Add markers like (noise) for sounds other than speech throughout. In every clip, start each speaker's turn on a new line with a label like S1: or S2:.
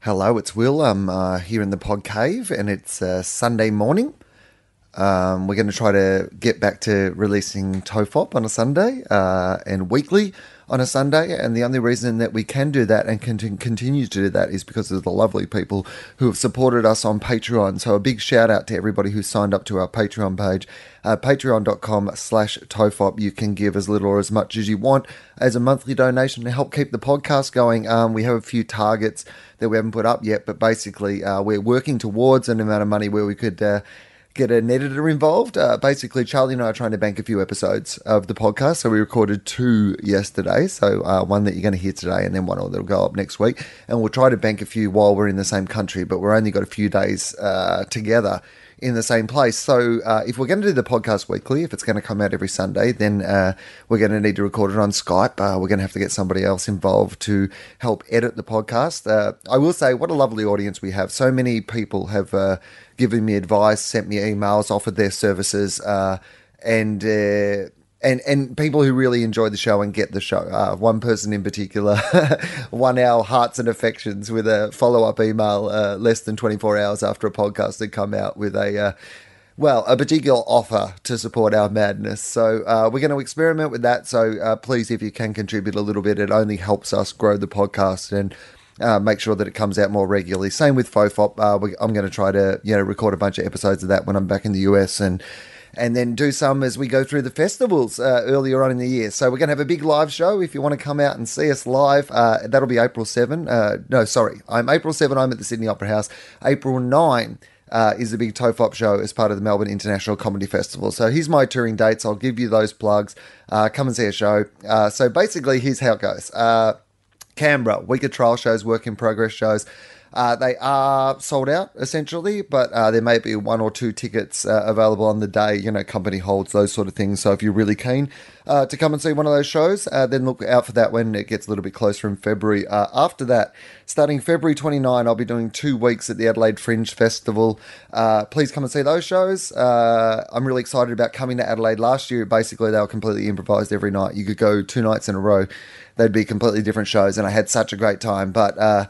S1: Hello, it's Will. I'm uh, here in the pod cave, and it's uh, Sunday morning. Um, we're going to try to get back to releasing TOEFOP on a Sunday uh, and weekly on a Sunday. And the only reason that we can do that and can t- continue to do that is because of the lovely people who have supported us on Patreon. So a big shout out to everybody who signed up to our Patreon page, uh, patreon.com slash TOEFOP. You can give as little or as much as you want as a monthly donation to help keep the podcast going. Um, we have a few targets that we haven't put up yet, but basically uh, we're working towards an amount of money where we could... Uh, get an editor involved. Uh, basically, Charlie and I are trying to bank a few episodes of the podcast. So we recorded two yesterday. So uh, one that you're going to hear today, and then one that'll go up next week. And we'll try to bank a few while we're in the same country, but we're only got a few days uh, together in the same place. So uh, if we're going to do the podcast weekly, if it's going to come out every Sunday, then uh, we're going to need to record it on Skype. Uh, we're going to have to get somebody else involved to help edit the podcast. Uh, I will say, what a lovely audience we have. So many people have uh, given me advice, sent me emails, offered their services, uh, and. Uh, and, and people who really enjoy the show and get the show. Uh, one person in particular (laughs) won our hearts and affections with a follow up email uh, less than 24 hours after a podcast had come out with a. Uh, well, a particular offer to support our madness. So, uh, we're going to experiment with that. So, uh, please, if you can contribute a little bit, it only helps us grow the podcast and uh, make sure that it comes out more regularly. Same with FOFOP. Uh, we, I'm going to try to, you know, record a bunch of episodes of that when I'm back in the US and and then do some as we go through the festivals uh, earlier on in the year. So we're going to have a big live show. If you want to come out and see us live, uh, that'll be April 7. Uh, no, sorry. I'm April 7. I'm at the Sydney Opera House. April 9 uh, is the big TOEFOP show as part of the Melbourne International Comedy Festival. So here's my touring dates. I'll give you those plugs. Uh, come and see a show. Uh, so basically, here's how it goes. Uh, Canberra, week of trial shows, work in progress shows. Uh, they are sold out essentially, but uh, there may be one or two tickets uh, available on the day. You know, company holds those sort of things. So if you're really keen uh, to come and see one of those shows, uh, then look out for that when it gets a little bit closer in February. Uh, after that, starting February 29, I'll be doing two weeks at the Adelaide Fringe Festival. Uh, please come and see those shows. Uh, I'm really excited about coming to Adelaide. Last year, basically, they were completely improvised every night. You could go two nights in a row. They'd be completely different shows, and I had such a great time. But uh,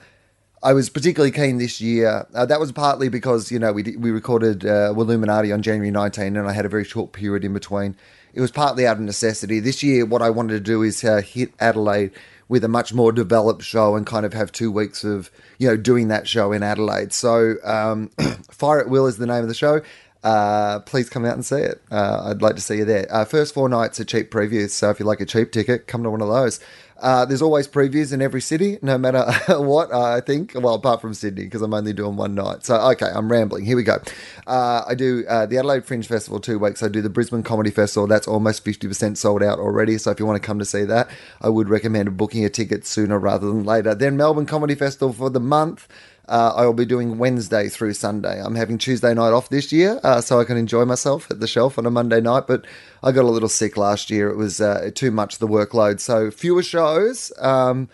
S1: I was particularly keen this year. Uh, that was partly because you know we did, we recorded uh, Illuminati on January 19, and I had a very short period in between. It was partly out of necessity. This year, what I wanted to do is uh, hit Adelaide with a much more developed show and kind of have two weeks of you know doing that show in Adelaide. So, um, Fire at Will is the name of the show. Uh, please come out and see it. Uh, I'd like to see you there. Uh, first four nights are cheap previews, so if you like a cheap ticket, come to one of those. Uh, there's always previews in every city, no matter (laughs) what, I think. Well, apart from Sydney, because I'm only doing one night. So, okay, I'm rambling. Here we go. Uh, I do uh, the Adelaide Fringe Festival two weeks. I do the Brisbane Comedy Festival. That's almost 50% sold out already. So, if you want to come to see that, I would recommend booking a ticket sooner rather than later. Then, Melbourne Comedy Festival for the month. Uh, I will be doing Wednesday through Sunday. I'm having Tuesday night off this year, uh, so I can enjoy myself at the shelf on a Monday night. But I got a little sick last year; it was uh, too much the workload. So fewer shows, um,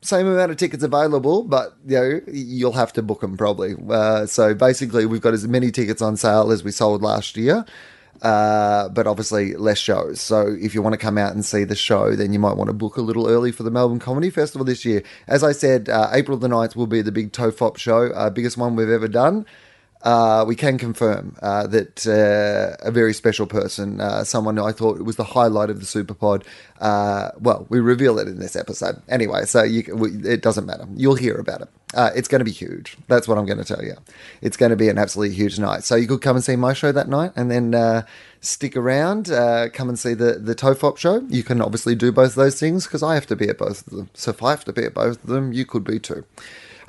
S1: same amount of tickets available, but you know you'll have to book them probably. Uh, so basically, we've got as many tickets on sale as we sold last year. Uh, but obviously less shows. So if you want to come out and see the show, then you might want to book a little early for the Melbourne Comedy Festival this year. As I said, uh, April the 9th will be the big TOEFOP show, uh, biggest one we've ever done. Uh, we can confirm uh, that uh, a very special person, uh, someone I thought was the highlight of the Superpod, uh, well, we reveal it in this episode. Anyway, so you, can- we- it doesn't matter. You'll hear about it. Uh, it's going to be huge. That's what I'm going to tell you. It's going to be an absolutely huge night. So you could come and see my show that night and then uh, stick around, uh, come and see the, the TOEFOP show. You can obviously do both of those things because I have to be at both of them. So if I have to be at both of them, you could be too.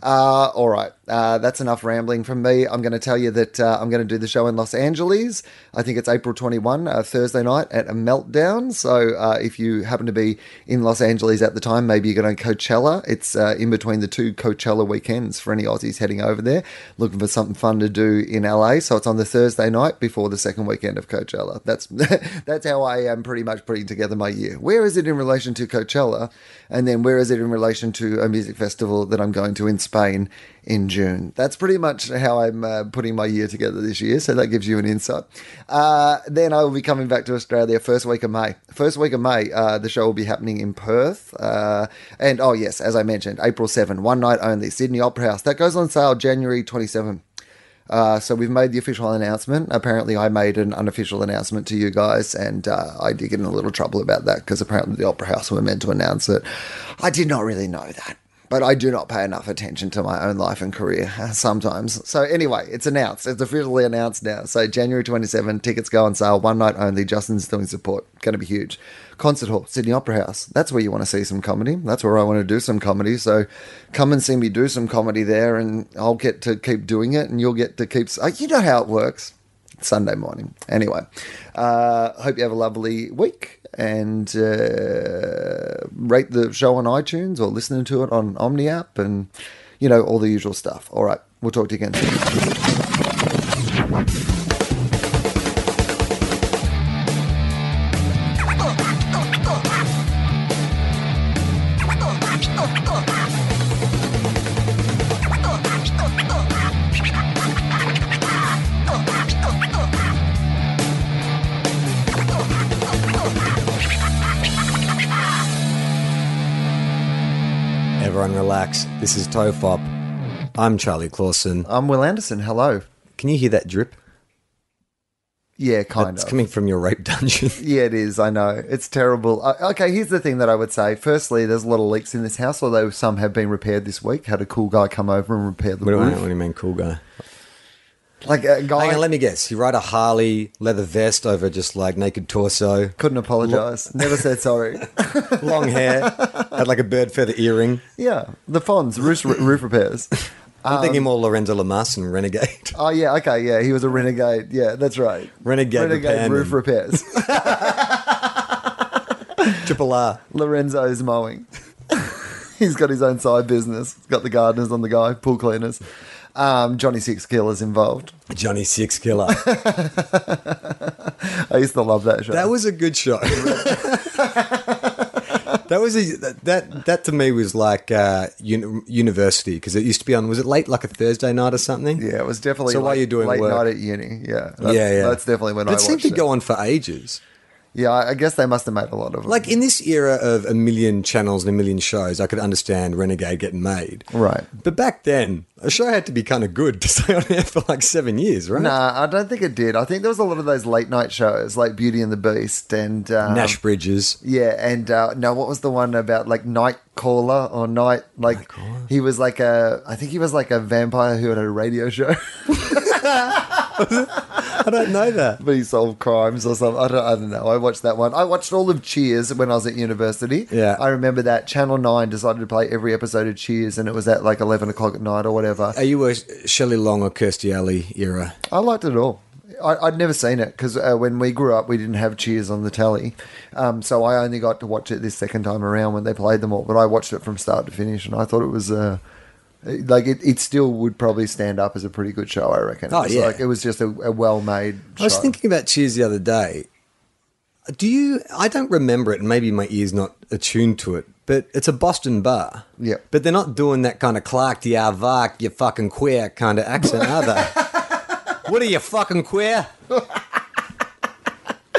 S1: Uh, all right, uh, that's enough rambling from me. I'm going to tell you that uh, I'm going to do the show in Los Angeles. I think it's April 21, uh, Thursday night at a meltdown. So uh, if you happen to be in Los Angeles at the time, maybe you're going to Coachella. It's uh, in between the two Coachella weekends for any Aussies heading over there looking for something fun to do in LA. So it's on the Thursday night before the second weekend of Coachella. That's (laughs) that's how I am pretty much putting together my year. Where is it in relation to Coachella? And then where is it in relation to a music festival that I'm going to in Spain in June. That's pretty much how I'm uh, putting my year together this year. So that gives you an insight. Uh, then I will be coming back to Australia first week of May. First week of May, uh, the show will be happening in Perth. Uh, and oh, yes, as I mentioned, April 7, one night only, Sydney Opera House. That goes on sale January 27. Uh, so we've made the official announcement. Apparently, I made an unofficial announcement to you guys, and uh, I did get in a little trouble about that because apparently the Opera House were meant to announce it. I did not really know that, but I do not pay enough attention to my own life and career (laughs) sometimes. So anyway, it's announced. It's officially announced now. So January 27, tickets go on sale, one night only. Justin's doing support. Going to be huge. Concert Hall, Sydney Opera House. That's where you want to see some comedy. That's where I want to do some comedy. So come and see me do some comedy there, and I'll get to keep doing it, and you'll get to keep. Uh, you know how it works. Sunday morning. Anyway, uh, hope you have a lovely week and uh, rate the show on iTunes or listening to it on Omni app and, you know, all the usual stuff. All right, we'll talk to you again soon.
S2: Everyone relax. This is Tofop. I'm Charlie Clausen.
S1: I'm Will Anderson. Hello.
S2: Can you hear that drip?
S1: Yeah, kind
S2: It's
S1: of.
S2: coming from your rape dungeon.
S1: Yeah, it is. I know. It's terrible. Uh, okay, here's the thing that I would say. Firstly, there's a lot of leaks in this house, although some have been repaired this week. Had a cool guy come over and repair the
S2: what, do I,
S1: roof.
S2: what do you mean, cool guy?
S1: Like a guy
S2: Hang on, let me guess. You ride a Harley leather vest over just like naked torso, (laughs)
S1: couldn't apologize. Never said sorry.
S2: long hair, had like a bird feather earring.
S1: yeah, the Fonz roof, roof repairs.
S2: I'm thinking more Lorenzo Lamas and Renegade. (laughs)
S1: Oh yeah, okay, yeah. He was a renegade. Yeah, that's right.
S2: Renegade repairman.
S1: roof
S2: (laughs)
S1: repairs.
S2: Triple R.
S1: Lorenzo's mowing. (laughs) He's got his own side business. He's got the gardeners on the guy, pool cleaners. Um, Johnny Six Killer's involved.
S2: Johnny Six Killer.
S1: I used to love that show.
S2: That was a good show. that was a, (laughs) that, that that to me was like uh, uni- university because it used to be on was it late like a Thursday night or something?
S1: Yeah, it was definitely.
S2: So while
S1: like
S2: you're doing
S1: late
S2: work-
S1: night at uni, yeah, that's,
S2: yeah, yeah.
S1: that's definitely when
S2: But
S1: I
S2: it seemed
S1: watched
S2: to
S1: it.
S2: go on for ages.
S1: Yeah, I I guess they must have made a lot of
S2: Like in this era of a million channels and a million shows, I could understand Renegade getting made.
S1: Right.
S2: But back then, a show had to be kind of good to (laughs) stay on air for like seven years, right?
S1: Nah, I don't think it did. I think there was a lot of those late night shows like Beauty and the Beast and um,
S2: Nash Bridges.
S1: Yeah, and uh, no, what was the one about like Night Caller or Night? Like he was like a, I think he was like a vampire who had a radio show,
S2: I don't know that.
S1: but he solved crimes or something. I don't, I don't know. I watched that one. I watched all of Cheers when I was at university.
S2: Yeah.
S1: I remember that Channel Nine decided to play every episode of Cheers, and it was at like eleven o'clock at night or whatever.
S2: Are you a Shelley Long or Kirsty Alley era?
S1: I liked it all. I, I'd never seen it because uh, when we grew up, we didn't have Cheers on the telly, um, so I only got to watch it this second time around when they played them all. But I watched it from start to finish, and I thought it was uh, like it, it still would probably stand up as a pretty good show. I reckon.
S2: Oh,
S1: it was
S2: yeah.
S1: like it was just a, a well-made.
S2: I was
S1: show.
S2: thinking about Cheers the other day. Do you? I don't remember it, and maybe my ear's not attuned to it. But it's a Boston bar.
S1: Yeah.
S2: But they're not doing that kind of Clark the Arvark, you fucking queer kind of accent, are they? what are you fucking queer?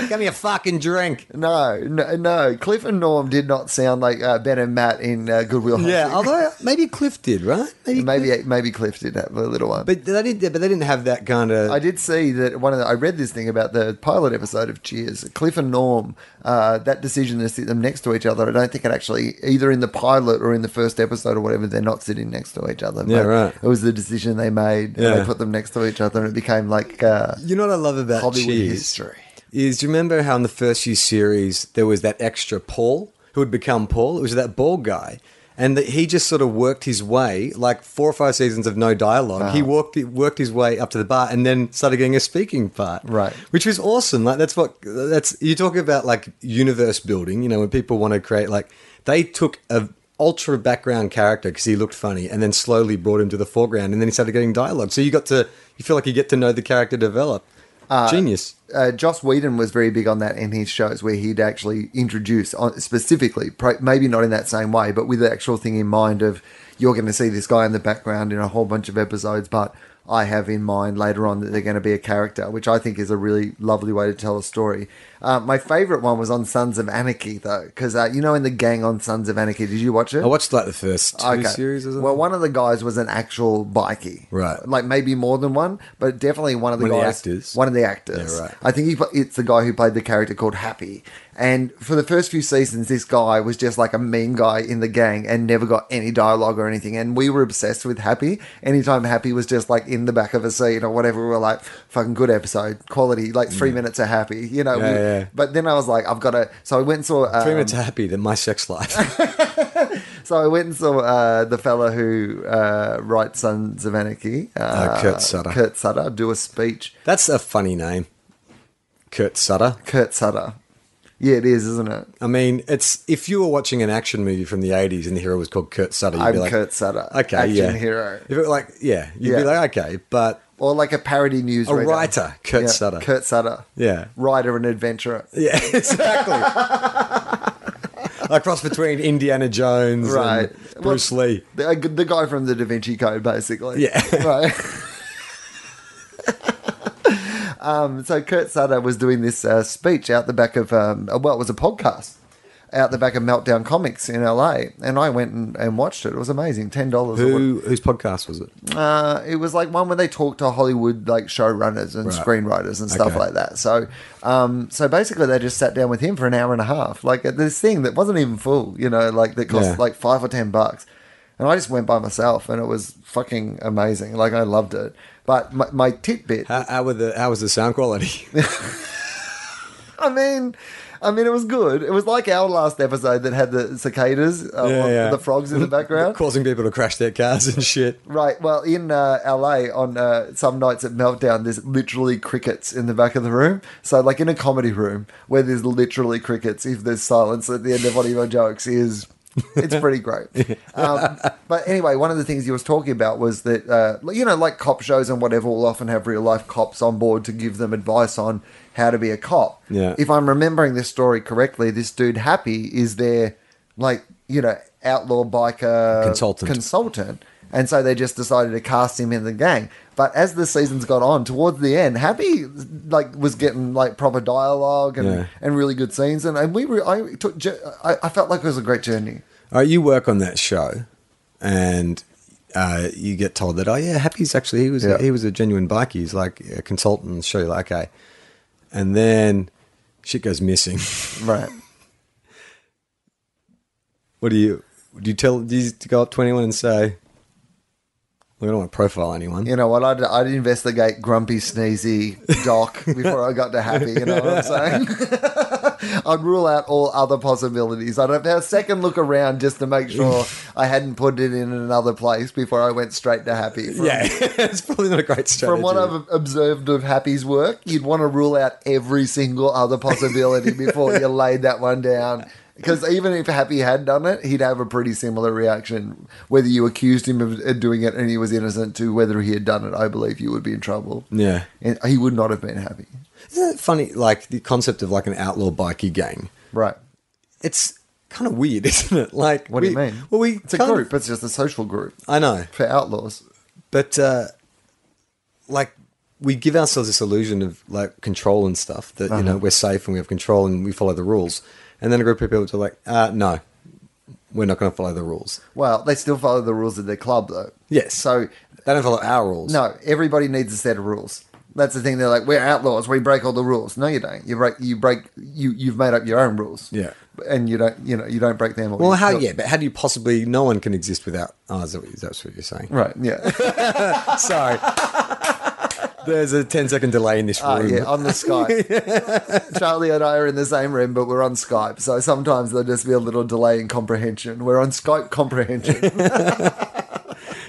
S2: Give me a fucking drink.
S1: No, no, no. Cliff and Norm did not sound like uh, Ben and Matt in uh, Goodwill Hunting.
S2: Yeah, although maybe Cliff did, right? Maybe,
S1: maybe maybe Cliff did have a little one.
S2: But they didn't. But they didn't have that kind of.
S1: I did see that one of the, I read this thing about the pilot episode of Cheers. Cliff and Norm, uh, that decision to sit them next to each other. I don't think it actually either in the pilot or in the first episode or whatever. They're not sitting next to each other.
S2: Yeah,
S1: But
S2: right.
S1: It was the decision they made. And
S2: Yeah.
S1: they put them next to each other, and it became like uh,
S2: You know what I love about
S1: Hollywood
S2: Cheers
S1: history.
S2: is do you remember how in the first few series there was that extra Paul who had become Paul? It was that bald guy, and that he just sort of worked his way like four or five seasons of no dialog He
S1: Uh-huh.
S2: worked worked his way up to the bar and then started getting a speaking part,
S1: Right.
S2: Which was awesome. Like that's what that's you talk about like universe building. You know when people want to create like they took a ultra background character because he looked funny and then slowly brought him to the foreground and then he started getting dialogue so you got to you feel like you get to know the character develop genius
S1: uh, Joss Whedon was very big on that in his shows where he'd actually introduce on, specifically, pro- maybe not in that same way, but with the actual thing in mind of you're going to see this guy in the background in a whole bunch of episodes, but I have in mind later on that they're going to be a character, which I think is a really lovely way to tell a story. Uh, my favorite one was on Sons of Anarchy, though, because uh, you know, in the gang on Sons of Anarchy, did you watch it?
S2: I watched like the first two series or something.
S1: Well, one of the guys was an actual bikie,
S2: Right.
S1: Like maybe more than one, but definitely one of the
S2: One of the
S1: guys,
S2: actors.
S1: one of the actors.
S2: Yeah, right.
S1: I think he, pla- it's the guy who played the character called Happy. And for the first few seasons, this guy was just like a mean guy in the gang and never got any dialogue or anything. And we were obsessed with Happy. Anytime Happy was just like in the back of a scene or whatever, we were like, fucking good episode, quality, like three minutes of Happy, you know.
S2: Mm. Yeah,
S1: we-
S2: yeah.
S1: But then I was like, I've got to. So I went and saw.
S2: Three
S1: um,
S2: minutes happy than my sex life.
S1: (laughs) so I went and saw uh, the fella who uh, writes Sons of Anarchy, uh,
S2: Uh, Kurt Sutter.
S1: Kurt Sutter, do a speech.
S2: That's a funny name, Kurt Sutter.
S1: Kurt Sutter. Yeah, it is, isn't it?
S2: I mean, it's if you were watching an action movie from the '80s and the hero was called Kurt Sutter, you'd
S1: I'm
S2: be like,
S1: Kurt Sutter,
S2: okay,
S1: action
S2: yeah,
S1: hero.
S2: If it were like, yeah, you'd
S1: Yeah.
S2: be like, okay, but
S1: Or like a parody news
S2: a writer, Kurt
S1: yeah,
S2: Sutter,
S1: Kurt Sutter.
S2: yeah,
S1: Writer and adventurer.
S2: yeah, (laughs)
S1: (laughs)
S2: exactly. a cross between Indiana Jones
S1: Right.
S2: and Bruce Lee.
S1: The, uh, the guy from the Da Vinci Code, basically.
S2: Yeah.
S1: Right. (laughs) um, so Kurt Sutter was doing this uh, speech out the back of, um, well, it was a podcast out the back of Meltdown Comics in LA. And I went and, and watched it. It was amazing. $10. or
S2: Who whose podcast was it?
S1: uh, it was like one where they talk to Hollywood like showrunners and
S2: Right.
S1: screenwriters and stuff
S2: Okay.
S1: like that. So, um, so basically they just sat down with him for an hour and a half, like at this thing that wasn't even full, you know, like that cost
S2: Yeah.
S1: like five or ten bucks, and I just went by myself, and it was fucking amazing. Like I loved it. But my, my tidbit,
S2: How, how were the how was the sound
S1: (laughs)
S2: quality?
S1: I mean. I mean, it was good. It was like our last episode that had the cicadas, uh,
S2: Yeah, yeah.
S1: the frogs in the background.
S2: (laughs) Causing people to crash their cars and shit.
S1: Right. Well, in uh, LA, on uh, some nights at Meltdown, there's literally crickets in the back of the room. So, like in a comedy room where there's literally crickets, if there's silence at the end of one of your jokes, is it's pretty great.
S2: (laughs)
S1: Um, but anyway, one of the things you was talking about was that uh, you know, like cop shows and whatever, will often have real life cops on board to give them advice on how to be a cop.
S2: Yeah.
S1: If I'm remembering this story correctly, this dude Happy is there, like you know, outlaw biker
S2: Consultant.
S1: consultant. And so they just decided to cast him in the gang. But as the seasons got on, towards the end, Happy like was getting like proper dialogue and,
S2: Yeah.
S1: and really good scenes. And, and we were I took jo- I, I felt like it was a great journey.
S2: All right, you work on that show, and uh, you get told that, oh yeah, Happy's actually he was
S1: Yeah.
S2: he was a genuine bikie. He's like a consultant on the show. You're like, okay, and then shit goes missing. (laughs)
S1: Right.
S2: what do you do? You tell do you go up to anyone and say, "Look, I don't want to profile anyone."
S1: You know what? I'd, I'd investigate grumpy, sneezy Doc before I got to Happy. You know what I'm saying? (laughs) I'd rule out all other possibilities. I'd have a second look around just to make sure I hadn't put it in another place before I went straight to Happy. From-
S2: (laughs) Yeah, (laughs) it's probably not a great strategy.
S1: From what I've observed of Happy's work, you'd want to rule out every single other
S2: (laughs)
S1: possibility before you laid that one down. Because even if Happy had done it, he'd have a pretty similar reaction. Whether you accused him of of doing it and he was innocent, to whether he had done it, I believe you would be in trouble.
S2: yeah,
S1: And he would not have been happy.
S2: isn't it funny? Like the concept of like an outlaw bikie gang.
S1: Right.
S2: It's kind of weird, (laughs) isn't it? Like,
S1: What do
S2: we-
S1: you mean?
S2: Well, we
S1: it's a
S2: kind of-
S1: group, it's just a social group
S2: I know.
S1: for outlaws.
S2: But uh, like we give ourselves this illusion of like control and stuff that
S1: Uh-huh.
S2: you know we're safe and we have control and we follow the rules, and then a group of people are like, uh, no, we're not going to follow the rules.
S1: Well, they still follow the rules of their club, though.
S2: Yes.
S1: So
S2: They don't follow our rules.
S1: No, everybody needs a set of rules. That's the thing. They're like, we're outlaws. We break all the rules. No, you don't. You break. You break. You you've made up your own rules.
S2: Yeah.
S1: and you don't. You know, you don't break them. Or
S2: Well,
S1: you-
S2: how?
S1: you're-
S2: Yeah, but how do you possibly? No one can exist without. Oh, is that what, is that what you're saying?
S1: Right. Yeah.
S2: (laughs) Sorry. There's a 10 second delay in this room.
S1: Ah, yeah. On the Skype. Charlie and I are in the same room, but we're on Skype. So sometimes there'll just be a little delay in comprehension. We're on Skype comprehension.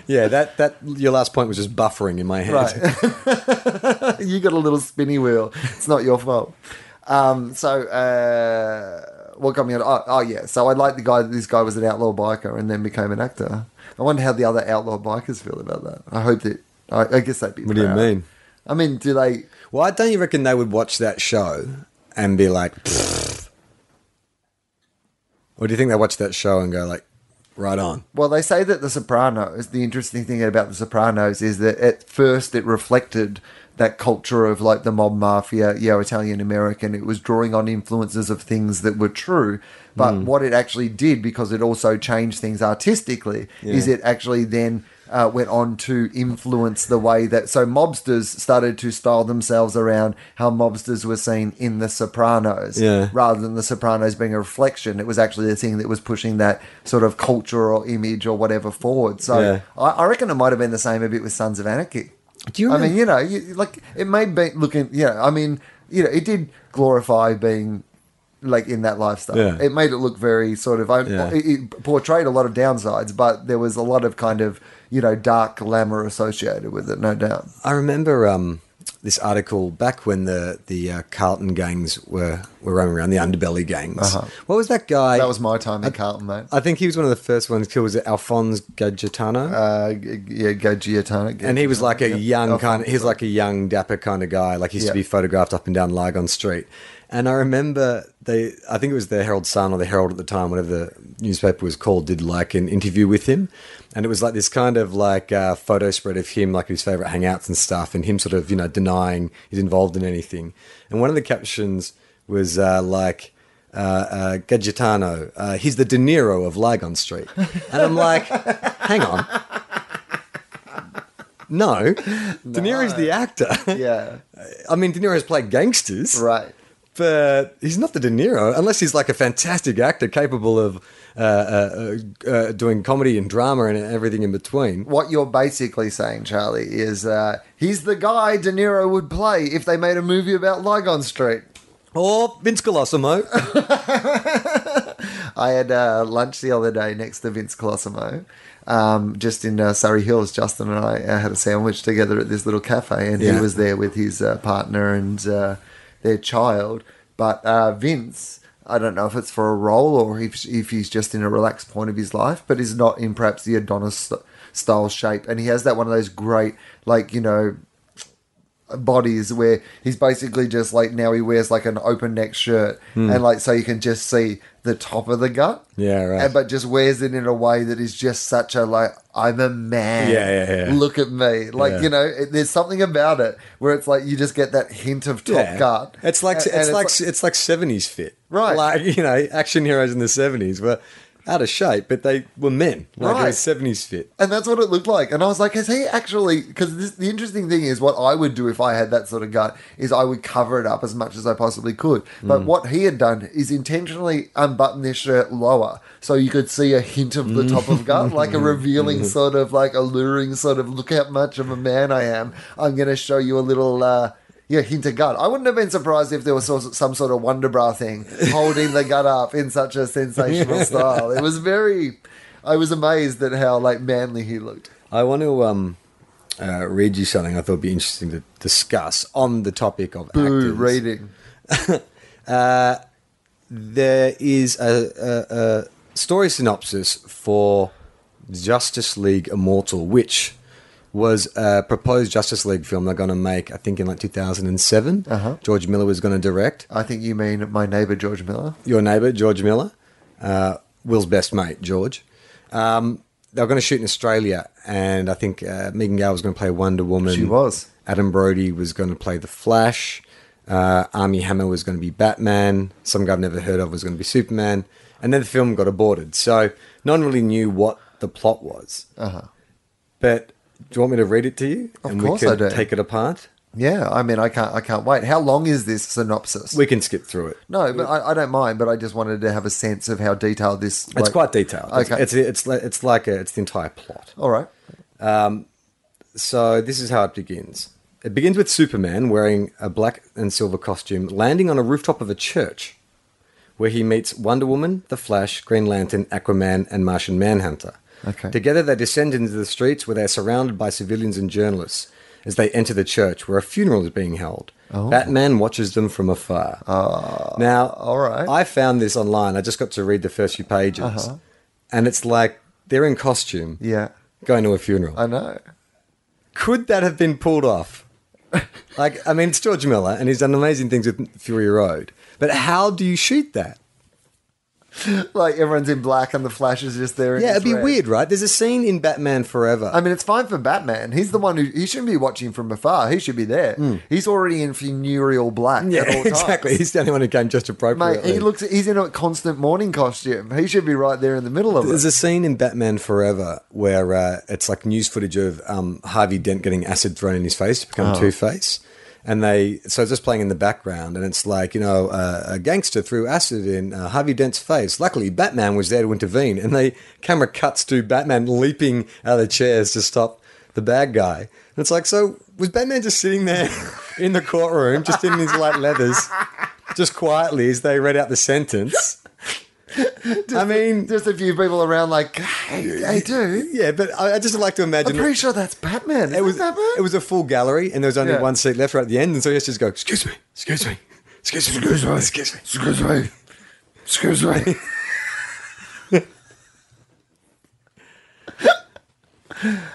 S2: Yeah, that that your last point was just buffering in my head.
S1: right. (laughs) you got a little spinny wheel. It's not your fault. Um, so uh, what got me on? Oh, oh yeah. So I like the guy. that This guy was an outlaw biker and then became an actor. I wonder how the other outlaw bikers feel about that. I hope that. I, I guess they'd be.
S2: What do you
S1: proud.
S2: mean?
S1: I mean, do they?
S2: Why don't you reckon they would watch that show and be like, "Pfft." or do you think they watch that show and go like, Right on.
S1: Well, they say that The Sopranos, the interesting thing about The Sopranos is that at first it reflected that culture of like the mob mafia, you know, Italian American. It was drawing on influences of things that were true. But
S2: Hmm.
S1: what it actually did, because it also changed things artistically, is
S2: Yeah.
S1: it actually then uh, went on to influence the way that. So mobsters started to style themselves around how mobsters were seen in The Sopranos
S2: Yeah.
S1: rather than The Sopranos being a reflection. It was actually the thing that was pushing that sort of culture or image or whatever forward. So
S2: Yeah.
S1: I, I reckon it might have been the same a bit with Sons of Anarchy.
S2: Do you
S1: I mean,
S2: remember-
S1: you know, you, like it may be looking, you know, I mean, you know, it did glorify being like in that lifestyle.
S2: Yeah.
S1: It made it look very sort of, I,
S2: Yeah.
S1: it, it portrayed a lot of downsides, but there was a lot of kind of, you know, dark glamour associated with it, no doubt.
S2: I remember um, this article back when the the uh, Carlton gangs were were roaming around the underbelly gangs.
S1: Uh-huh.
S2: What was that guy?
S1: That was my time in Carlton, mate.
S2: I think he was one of the first ones killed. Was it Alphonse Gadgetano?
S1: Uh, g- yeah, go Giatonic.
S2: and he was like a young
S1: Alphonse,
S2: kind. Of, he was like a young dapper kind of guy. Like he used to
S1: Yeah.
S2: be photographed up and down Lygon Street. And I remember they, I think it was the Herald Sun or the Herald at the time, whatever the newspaper was called, did like an interview with him, and it was like this kind of like uh, photo spread of him, like his favorite hangouts and stuff, and him sort of you know denying he's involved in anything. And one of the captions was uh, like. Uh, uh, Gadgetano, uh, he's the De Niro of Lygon Street, and I'm like, hang on, no, De Niro's the actor.
S1: Yeah.
S2: I mean, De Niro's played gangsters,
S1: Right.
S2: But he's not the De Niro unless he's like a fantastic actor capable of uh, uh, uh, uh, doing comedy and drama and everything in between.
S1: What you're basically saying, Charlie, is uh, he's the guy De Niro would play if they made a movie about Lygon Street.
S2: Or Vince Colosimo. (laughs)
S1: I had uh, lunch the other day next to Vince Colosimo, um, just in uh, Surrey Hills. Justin and I uh, had a sandwich together at this little cafe, and
S2: Yeah.
S1: he was there with his uh, partner and uh, their child. But uh, Vince, I don't know if it's for a role or if, if he's just in a relaxed point of his life, but is not in perhaps the Adonis st- style shape. And he has that one of those great, like, you know, bodies where he's basically just like now he wears like an open neck shirt and like so you can just see the top of the gut.
S2: Hmm. Yeah, right.
S1: And, but just wears it in a way that is just such a like I'm a man.
S2: Yeah, yeah, yeah.
S1: Look at me. Like
S2: Yeah.
S1: you know, it, there's something about it where it's like you just get that hint of top gut.
S2: It's like
S1: And-
S2: it's,
S1: and
S2: like, it's like seventies fit,
S1: Right.
S2: Like you know, action heroes in the seventies were out of shape, but they were men, like
S1: Right.
S2: seventies fit.
S1: And that's what it looked like. And I was like, has he actually? Because the interesting thing is, what I would do if I had that sort of gut is I would cover it up as much as I possibly could. But what he had done is intentionally unbutton their shirt lower so you could see a hint of the top of gut, like a revealing sort of like alluring sort of look how much of a man I am. I'm going to show you a little. Uh, yeah, hint of gut. I wouldn't have been surprised if there was sort of- some sort of Wonder Bra thing holding the gut up in such a sensational style. It was very. I was amazed at how like manly he looked.
S2: I want to um, uh, read you something I thought would be interesting to discuss on the topic of
S1: Boo,
S2: actors.
S1: reading.
S2: There is a, a, a story synopsis for Justice League Immortal, which was a proposed Justice League film they're going to make, I think, in like 2007.
S1: Uh-huh.
S2: George Miller was going to direct.
S1: I think you mean my neighbor George Miller.
S2: Your neighbor, George Miller, uh, Will's best mate, George. Um, they were going to shoot in Australia, and I think uh, Megan Gale was going to play Wonder Woman.
S1: She was.
S2: Adam Brody was going to play the Flash. Uh, Army Hammer was going to be Batman. Some guy I've never heard of was going to be Superman. And then the film got aborted. So no one really knew what the plot was.
S1: Uh-huh.
S2: But do you want me to read it to you?
S1: Of
S2: and
S1: course
S2: we
S1: I
S2: could
S1: do.
S2: Take it apart.
S1: Yeah, I mean, I can't, I can't wait. How long is this synopsis?
S2: We can skip through it.
S1: no, but I, I don't mind. But I just wanted to have a sense of how detailed this.
S2: It's
S1: like-
S2: quite detailed. It's-
S1: Okay.
S2: It's, it's, li- it's like a, it's the entire plot.
S1: All right.
S2: So this is how it begins. It begins with Superman wearing a black and silver costume landing on a rooftop of a church, where he meets Wonder Woman, The Flash, Green Lantern, Aquaman, and Martian Manhunter.
S1: Okay.
S2: Together they descend into the streets where they are surrounded by civilians and journalists as they enter the church where a funeral is being held.
S1: Oh.
S2: Batman watches them from afar. now,
S1: Ah. all right. Uh-huh.
S2: I found this online. I just got to read the first few pages. And it's like they're in costume
S1: Yeah,
S2: going to a funeral
S1: I know. (laughs)
S2: could that have been pulled off? Like, I mean, it's George Miller, and he's done amazing things with Fury Road. But how do you shoot that?
S1: like everyone's in black and the Flash is just there. in
S2: Yeah,
S1: his
S2: it'd be
S1: red.
S2: weird, right? There's a scene in Batman Forever.
S1: I mean, it's fine for Batman. He's the one who he shouldn't be watching from afar. He should be there. He's already in funereal black. at all
S2: Hmm. yeah,
S1: times.
S2: (laughs) exactly. He's the only one who came just appropriately.
S1: Mate, he looks. He's in a constant morning costume. He should be right there in the middle of it.
S2: There's a scene in Batman Forever where uh, it's like news footage of um, Harvey Dent getting acid thrown in his face to become Two Face, and they so it's just playing in the background, and it's like you know uh, a gangster threw acid in uh, Harvey Dent's face. Luckily, Batman was there to intervene, and the camera cuts to Batman leaping out of the chairs to stop the bad guy. And it's like, so was Batman just sitting there (laughs) in the courtroom, just in his light leathers, just quietly as they read out the sentence? I mean,
S1: Just a few people around, like, hey, hey dude,
S2: yeah, but I, I just like to
S1: I'm
S2: imagine
S1: pretty sure that's Batman.
S2: it was
S1: Batman.
S2: it was a full gallery, and there was only
S1: Yeah.
S2: one seat left right at the end, and so he has to just go, "Excuse me, excuse me, excuse me, excuse me, excuse me."
S1: Excuse me. Excuse me.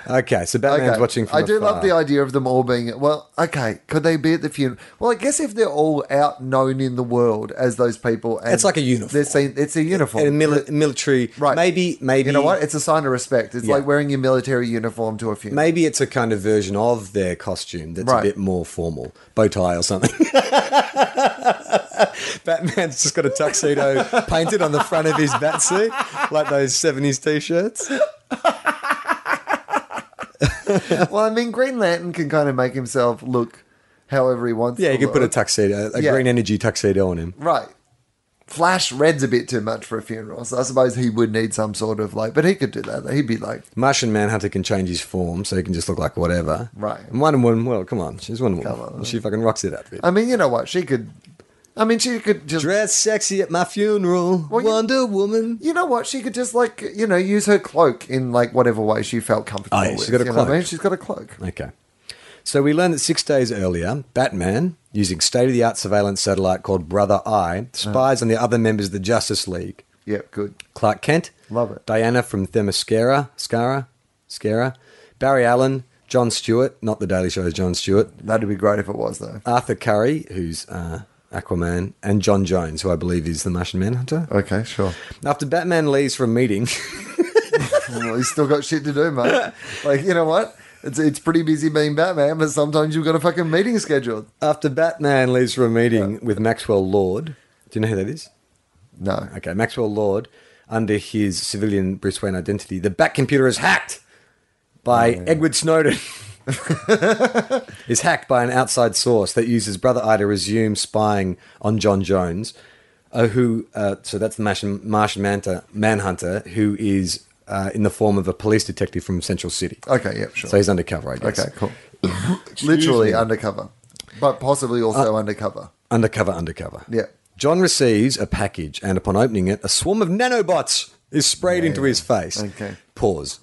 S2: Okay, so
S1: (laughs)
S2: Batman's
S1: Okay.
S2: watching. From
S1: I do
S2: afar.
S1: love the idea of them all being well. Okay, could they be at the funeral? Well, I guess if they're all out known in the world as those people, and
S2: It's like a uniform.
S1: They're seen, it's a uniform.
S2: and a mili- military.
S1: Right.
S2: Maybe, maybe
S1: you know what? It's a sign of respect. It's
S2: Yeah.
S1: like wearing your military uniform to a funeral.
S2: Maybe it's a kind of version of their costume that's
S1: Right.
S2: a bit more formal, bow tie or something. (laughs) Batman's just got a
S1: (laughs)
S2: tuxedo painted on the front of his bat suit, like those '70s t-shirts.
S1: well, I mean, Green Lantern can kind of make himself look however he wants.
S2: Yeah,
S1: to
S2: you could put a
S1: look.
S2: tuxedo, a
S1: Yeah.
S2: green energy tuxedo on him.
S1: Right. Flash red's a bit too much for a funeral, so I suppose he would need some sort of like, but he could do that. He'd be like,
S2: Martian Manhunter can change his form, so he can just look like whatever.
S1: Right.
S2: And Wonder Woman, well, come on, she's Wonder Woman.
S1: Come on.
S2: She fucking rocks it outfit.
S1: I mean, you know what? She could, I mean, she could just
S2: Dress sexy at my funeral,
S1: Well, you-
S2: Wonder Woman.
S1: you know what? She could just like you know use her cloak in like whatever way she felt comfortable.
S2: Oh, yeah,
S1: with,
S2: she's got a
S1: you know what I
S2: cloak.
S1: mean? She's got a cloak.
S2: Okay. So we learned that six days earlier, Batman, using state-of-the-art surveillance satellite called Brother Eye, spies on the other members of the Justice League.
S1: Yeah, good.
S2: Clark Kent.
S1: Love it.
S2: Diana from Themyscira, Scara, Scara. Barry Allen, John Stewart, not the Daily Show's John Stewart.
S1: That'd be great if it was though.
S2: Arthur Curry, who's uh, Aquaman, and John Jones, who I believe is the Martian Manhunter.
S1: Okay, sure.
S2: After Batman leaves for a meeting, (laughs)
S1: well, he's still got shit to do, mate. Like you know what? It's it's pretty busy being Batman, but sometimes you've got a fucking meeting scheduled.
S2: after Batman leaves for a meeting with Maxwell Lord, do you know who that is?
S1: No.
S2: Okay, Maxwell Lord, under his civilian Bruce Wayne identity, the Bat computer is hacked by Edward Snowden. (laughs) is hacked by an outside source that uses Brother Eye to resume spying on John Jones, uh, who uh, so that's the Martian, Martian Manta, Manhunter, who is uh, in the form of a police detective from Central City.
S1: Okay, yep, sure.
S2: So he's undercover, I guess.
S1: okay,
S2: (coughs)
S1: cool. Literally undercover, but
S2: Uh,
S1: possibly also undercover.
S2: Undercover, undercover.
S1: Yeah.
S2: John receives a package, and upon opening it, a swarm of nanobots is sprayed into his face.
S1: Okay.
S2: Pause.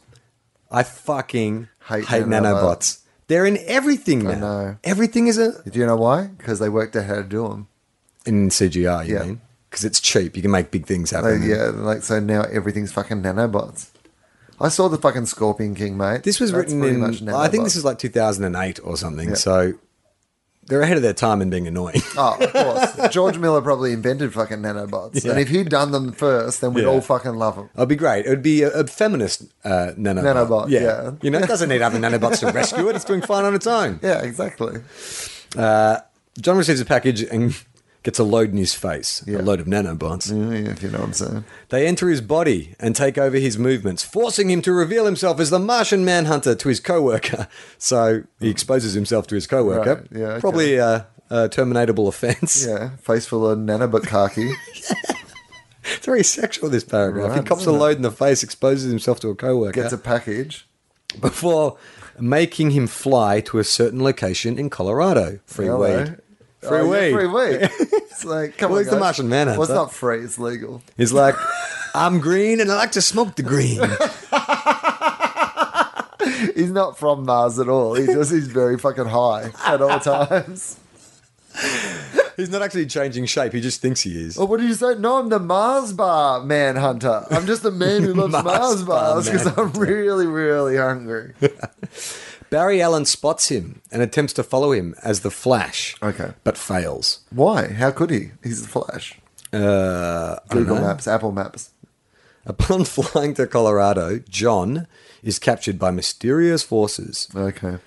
S2: I fucking
S1: Hate
S2: hate,
S1: nanobots.
S2: nanobots. They're in everything now.
S1: know.
S2: Everything is a,
S1: Do you know why? Because they worked out how to do them.
S2: in CGI. You
S1: Yeah.
S2: mean? Because it's cheap. You can make big things happen.
S1: Like, yeah, like so now everything's fucking nanobots. I saw the fucking Scorpion King, mate.
S2: This was
S1: That's
S2: written
S1: pretty
S2: in. I think this
S1: nanobots.
S2: is like 2008 or something.
S1: Yeah.
S2: So they're ahead of their time in being annoying. (laughs)
S1: Oh, of course. George Miller probably invented fucking nanobots,
S2: Yeah.
S1: and if he'd done them first, then we'd
S2: Yeah.
S1: all fucking love them.
S2: It'd be great. It'd be a, a feminist uh, nanobot.
S1: Nanobot, yeah.
S2: You know, it doesn't need other nanobots to rescue it. It's doing fine on its own.
S1: Yeah, exactly.
S2: John receives a package and (laughs) gets a load in his face,
S1: Yeah. Mm.
S2: a load of nanobots.
S1: Yeah, If you know what I'm saying.
S2: They enter his body and take over his movements, forcing him to reveal himself as the Martian Manhunter to his co-worker. (laughs) So he exposes himself to his co-worker.
S1: Mm. Right, yeah, okay.
S2: Probably a, a terminatable offence.
S1: Yeah, face full of nanobot
S2: (laughs)
S1: khaki.
S2: It's (laughs) very sexual, this paragraph.
S1: Right,
S2: he cops a
S1: isn't it?
S2: load in the face, exposes himself to a co-worker
S1: Gets a package.
S2: (laughs) before making him fly to a certain location in Colorado. Free
S1: Hello.
S2: weed.
S1: Oh,
S2: Free
S1: yeah,
S2: weed.
S1: Free
S2: (laughs)
S1: weed. It's like, come
S2: Well,
S1: on.
S2: he's the
S1: guys.
S2: Martian Manhunter.
S1: Well, it's not free, it's legal.
S2: He's like, I'm green and I like to smoke the green. (laughs)
S1: He's not from Mars at all. He just he's very fucking high at
S2: (laughs)
S1: all times.
S2: He's not actually changing shape. He just thinks he is.
S1: Well, Oh, what did you say? No, I'm the Mars bar manhunter. I'm just a man who loves
S2: (laughs) Mars
S1: Mars
S2: bar
S1: bars because I'm really, really
S2: (laughs)
S1: hungry.
S2: Barry Allen spots him and attempts to follow him as the Flash.
S1: Okay.
S2: But fails.
S1: Why? How could he? He's the Flash.
S2: Uh, I don't
S1: Google
S2: know.
S1: Maps, Apple Maps.
S2: Upon (laughs) flying to Colorado, John is captured by mysterious forces.
S1: Okay.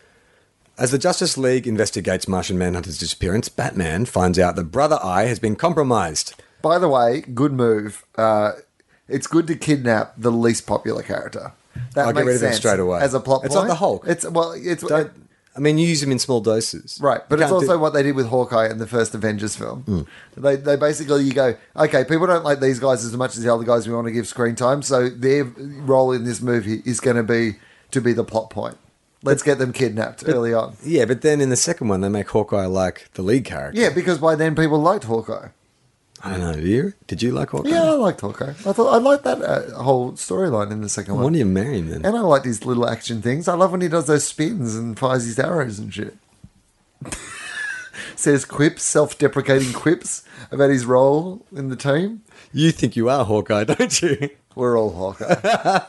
S2: As the Justice League investigates Martian Manhunter's disappearance, Batman finds out that Brother Eye has been compromised.
S1: By the way, good move. Uh, it's good to kidnap the least popular character. That
S2: I'll
S1: makes
S2: get rid of him
S1: sense
S2: straight away.
S1: as a plot
S2: It's like
S1: point.
S2: the Hulk.
S1: It's well, it's
S2: Don't. I mean, you use him in small doses,
S1: right, but
S2: You
S1: it's
S2: can't do- Hmm.
S1: also what they did with Hawkeye in the first Avengers film. They they basically you go, okay, people don't like these guys as much as the other guys we want to give screen time, so their role in this movie is going to be to be the plot point. Let's get them kidnapped early on.
S2: yeah. But then in the second one, they make Hawkeye like the lead character.
S1: Yeah, because by then people liked Hawkeye.
S2: I don't know. Did you, did you like Hawkeye?
S1: Yeah, (laughs) I liked Hawkeye. I thought I liked that uh, whole storyline in the second
S2: Why
S1: one.
S2: do you marry him then?
S1: And I like these little action things. I love when he does those spins and fires his arrows and shit. (laughs) Says quips, self deprecating quips about his role in the team.
S2: You think you are Hawkeye, (laughs) don't you?
S1: We're all Hawkeye.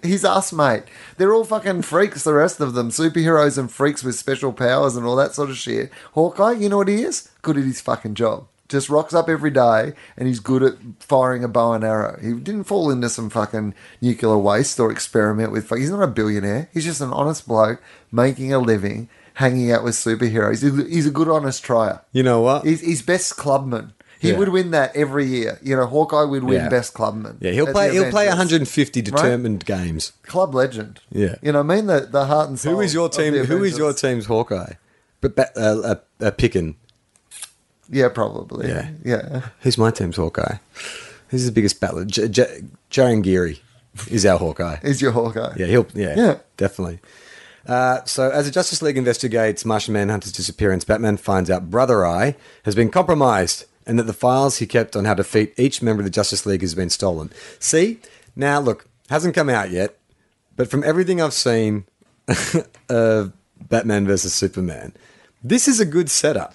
S1: (laughs) He's us, mate. They're all fucking freaks, the rest of them. Superheroes and freaks with special powers and all that sort of shit. Hawkeye, you know what he is? Good at his fucking job. Just rocks up every day and he's good at firing a bow and arrow. He didn't fall into some fucking nuclear waste or experiment with. Fuck. He's not a billionaire. He's just an honest bloke making a living, hanging out with superheroes. He's- He's a good, honest trier.
S2: You know what?
S1: He's, he's best clubman. He
S2: Yeah.
S1: would win that every year. You know, Hawkeye would win
S2: Yeah.
S1: best clubman.
S2: yeah, he'll
S1: at
S2: play.
S1: the
S2: He'll play
S1: Avengers.
S2: 150 determined games.
S1: club legend.
S2: Yeah.
S1: you know, what I mean the the heart and soul.
S2: Who is your
S1: of
S2: team?
S1: the
S2: Who is your
S1: Avengers.
S2: team's Hawkeye? But ba- uh, uh, uh, Pickin.
S1: Yeah, probably.
S2: Yeah.
S1: Yeah, yeah. (laughs)
S2: Who's my team's Hawkeye? Who's the biggest battler? J- J- Jarangiri is our Hawkeye.
S1: Is your Hawkeye?
S2: Yeah, he'll. Yeah,
S1: Yeah.
S2: definitely. Uh, so, as the Justice League investigates Martian Manhunter's disappearance, Batman finds out Brother Eye has been compromised and that the files he kept on how to defeat each member of the Justice League has been stolen. See, now look, hasn't come out yet, but from everything I've seen (laughs) of Batman versus Superman, this is a good setup.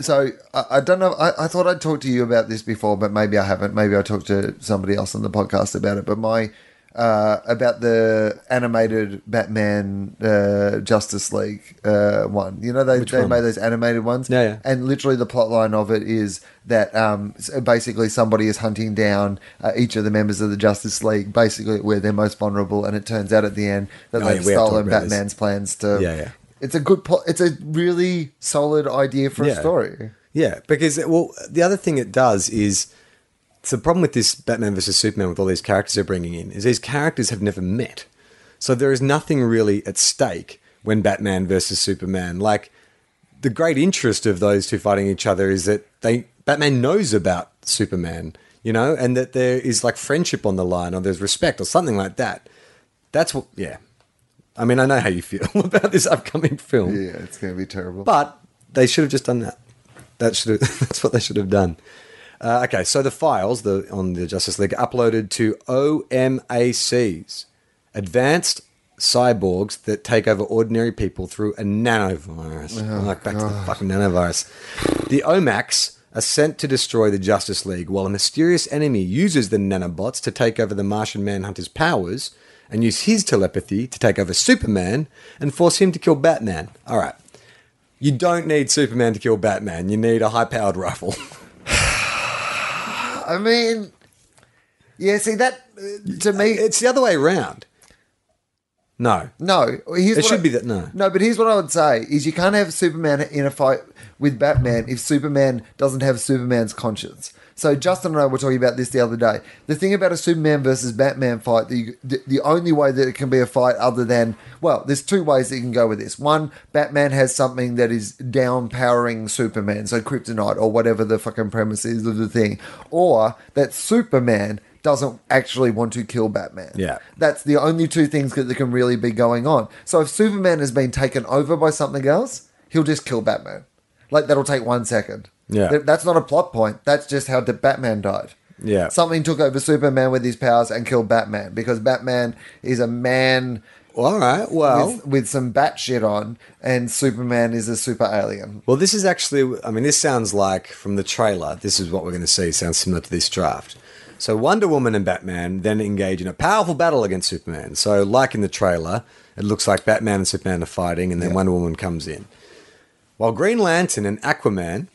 S1: So I, I don't know. I, I thought I'd talked to you about this before, but maybe I haven't. Maybe I talked to somebody else on the podcast about it. But my uh, about the animated Batman uh, Justice League uh, one. You know they they
S2: one?
S1: made those animated ones.
S2: Yeah, yeah.
S1: And literally the plot line of it is that um, s- basically somebody is hunting down uh, each of the members of the Justice League, basically where they're most vulnerable. And it turns out at the end that
S2: Oh, yeah,
S1: they've
S2: we have talked
S1: stolen
S2: about this.
S1: Batman's plans to.
S2: Yeah, yeah.
S1: It's a good. Po- it's a really solid idea for a
S2: Yeah.
S1: story.
S2: Yeah, because well, the other thing it does is it's the problem with this Batman versus Superman with all these characters they're bringing in is these characters have never met, so there is nothing really at stake when Batman versus Superman. Like the great interest of those two fighting each other is that they Batman knows about Superman, you know, and that there is like friendship on the line or there's respect or something like that. That's what, yeah. I mean, I know how you feel (laughs) about this upcoming film.
S1: Yeah, it's going to be terrible.
S2: But they should have just done that. That should have, (laughs) that's what they should have done. Uh, okay, so the files the, on the Justice League are uploaded to OMACs, advanced cyborgs that take over ordinary people through a nanovirus. like back to the fucking nanovirus. The OMACs are sent to destroy the Justice League, while a mysterious enemy uses the nanobots to take over the Martian Manhunter's powers and use his telepathy to take over Superman and force him to kill Batman. All right. You don't need Superman to kill Batman. You need a high-powered rifle. (laughs)
S1: I mean, yeah. See that uh, to me,
S2: it's the other way around. No.
S1: no. Here's
S2: It
S1: what
S2: should
S1: I-
S2: be that- no.
S1: no. But here's what I would say: is you can't have Superman in a fight with Batman if Superman doesn't have Superman's conscience. So Justin and I were talking about this the other day. The thing about a Superman versus Batman fight, the the, the only way that it can be a fight other than well, there's two ways that you can go with this. One, Batman has something that is downpowering Superman, so kryptonite or whatever the fucking premise is of the thing, or that Superman doesn't actually want to kill Batman.
S2: Yeah.
S1: That's the only two things that, that can really be going on. So if Superman has been taken over by something else, he'll just kill Batman. Like that'll take one second.
S2: Yeah.
S1: Th- that's not a plot point. That's just how the Batman died.
S2: Yeah.
S1: Something took over Superman with his powers and killed Batman because Batman is a man
S2: All right. Well.
S1: with, with some bat shit on, and Superman is a super alien.
S2: well, this is actually. I mean, this sounds like from the trailer. This is what we're going to see. Sounds similar to this draft. So Wonder Woman and Batman then engage in a powerful battle against Superman. So, like in the trailer, it looks like Batman and Superman are fighting, and then Wonder Woman comes in. While Green Lantern and Aquaman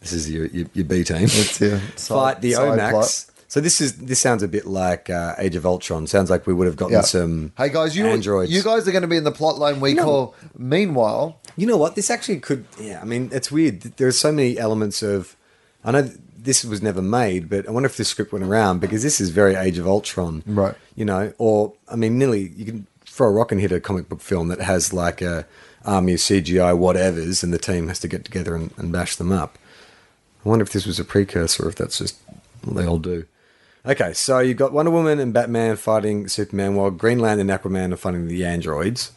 S2: This is your your, your B team.
S1: It's, yeah, (laughs) side-
S2: Fight the
S1: side
S2: Omax.
S1: plot.
S2: So this is this sounds a bit like uh, Age of Ultron. Sounds like we would have gotten
S1: Yeah.
S2: some.
S1: hey guys, you
S2: androids.
S1: you guys are going to be in the plot line we call. Meanwhile,
S2: You know what? This actually could. Yeah, I mean, it's weird. There's so many elements of. I know th- this was never made, but I wonder if this script went around because this is very Age of Ultron,
S1: Right.
S2: You know, or I mean, nearly you can throw a rock and hit a comic book film that has like a army of CGI whatevers, and the team has to get together and, and bash them up. I wonder if this was a precursor, or if that's just what they all do. Okay, so you've got Wonder Woman and Batman fighting Superman, while Green Lantern and Aquaman are fighting the androids.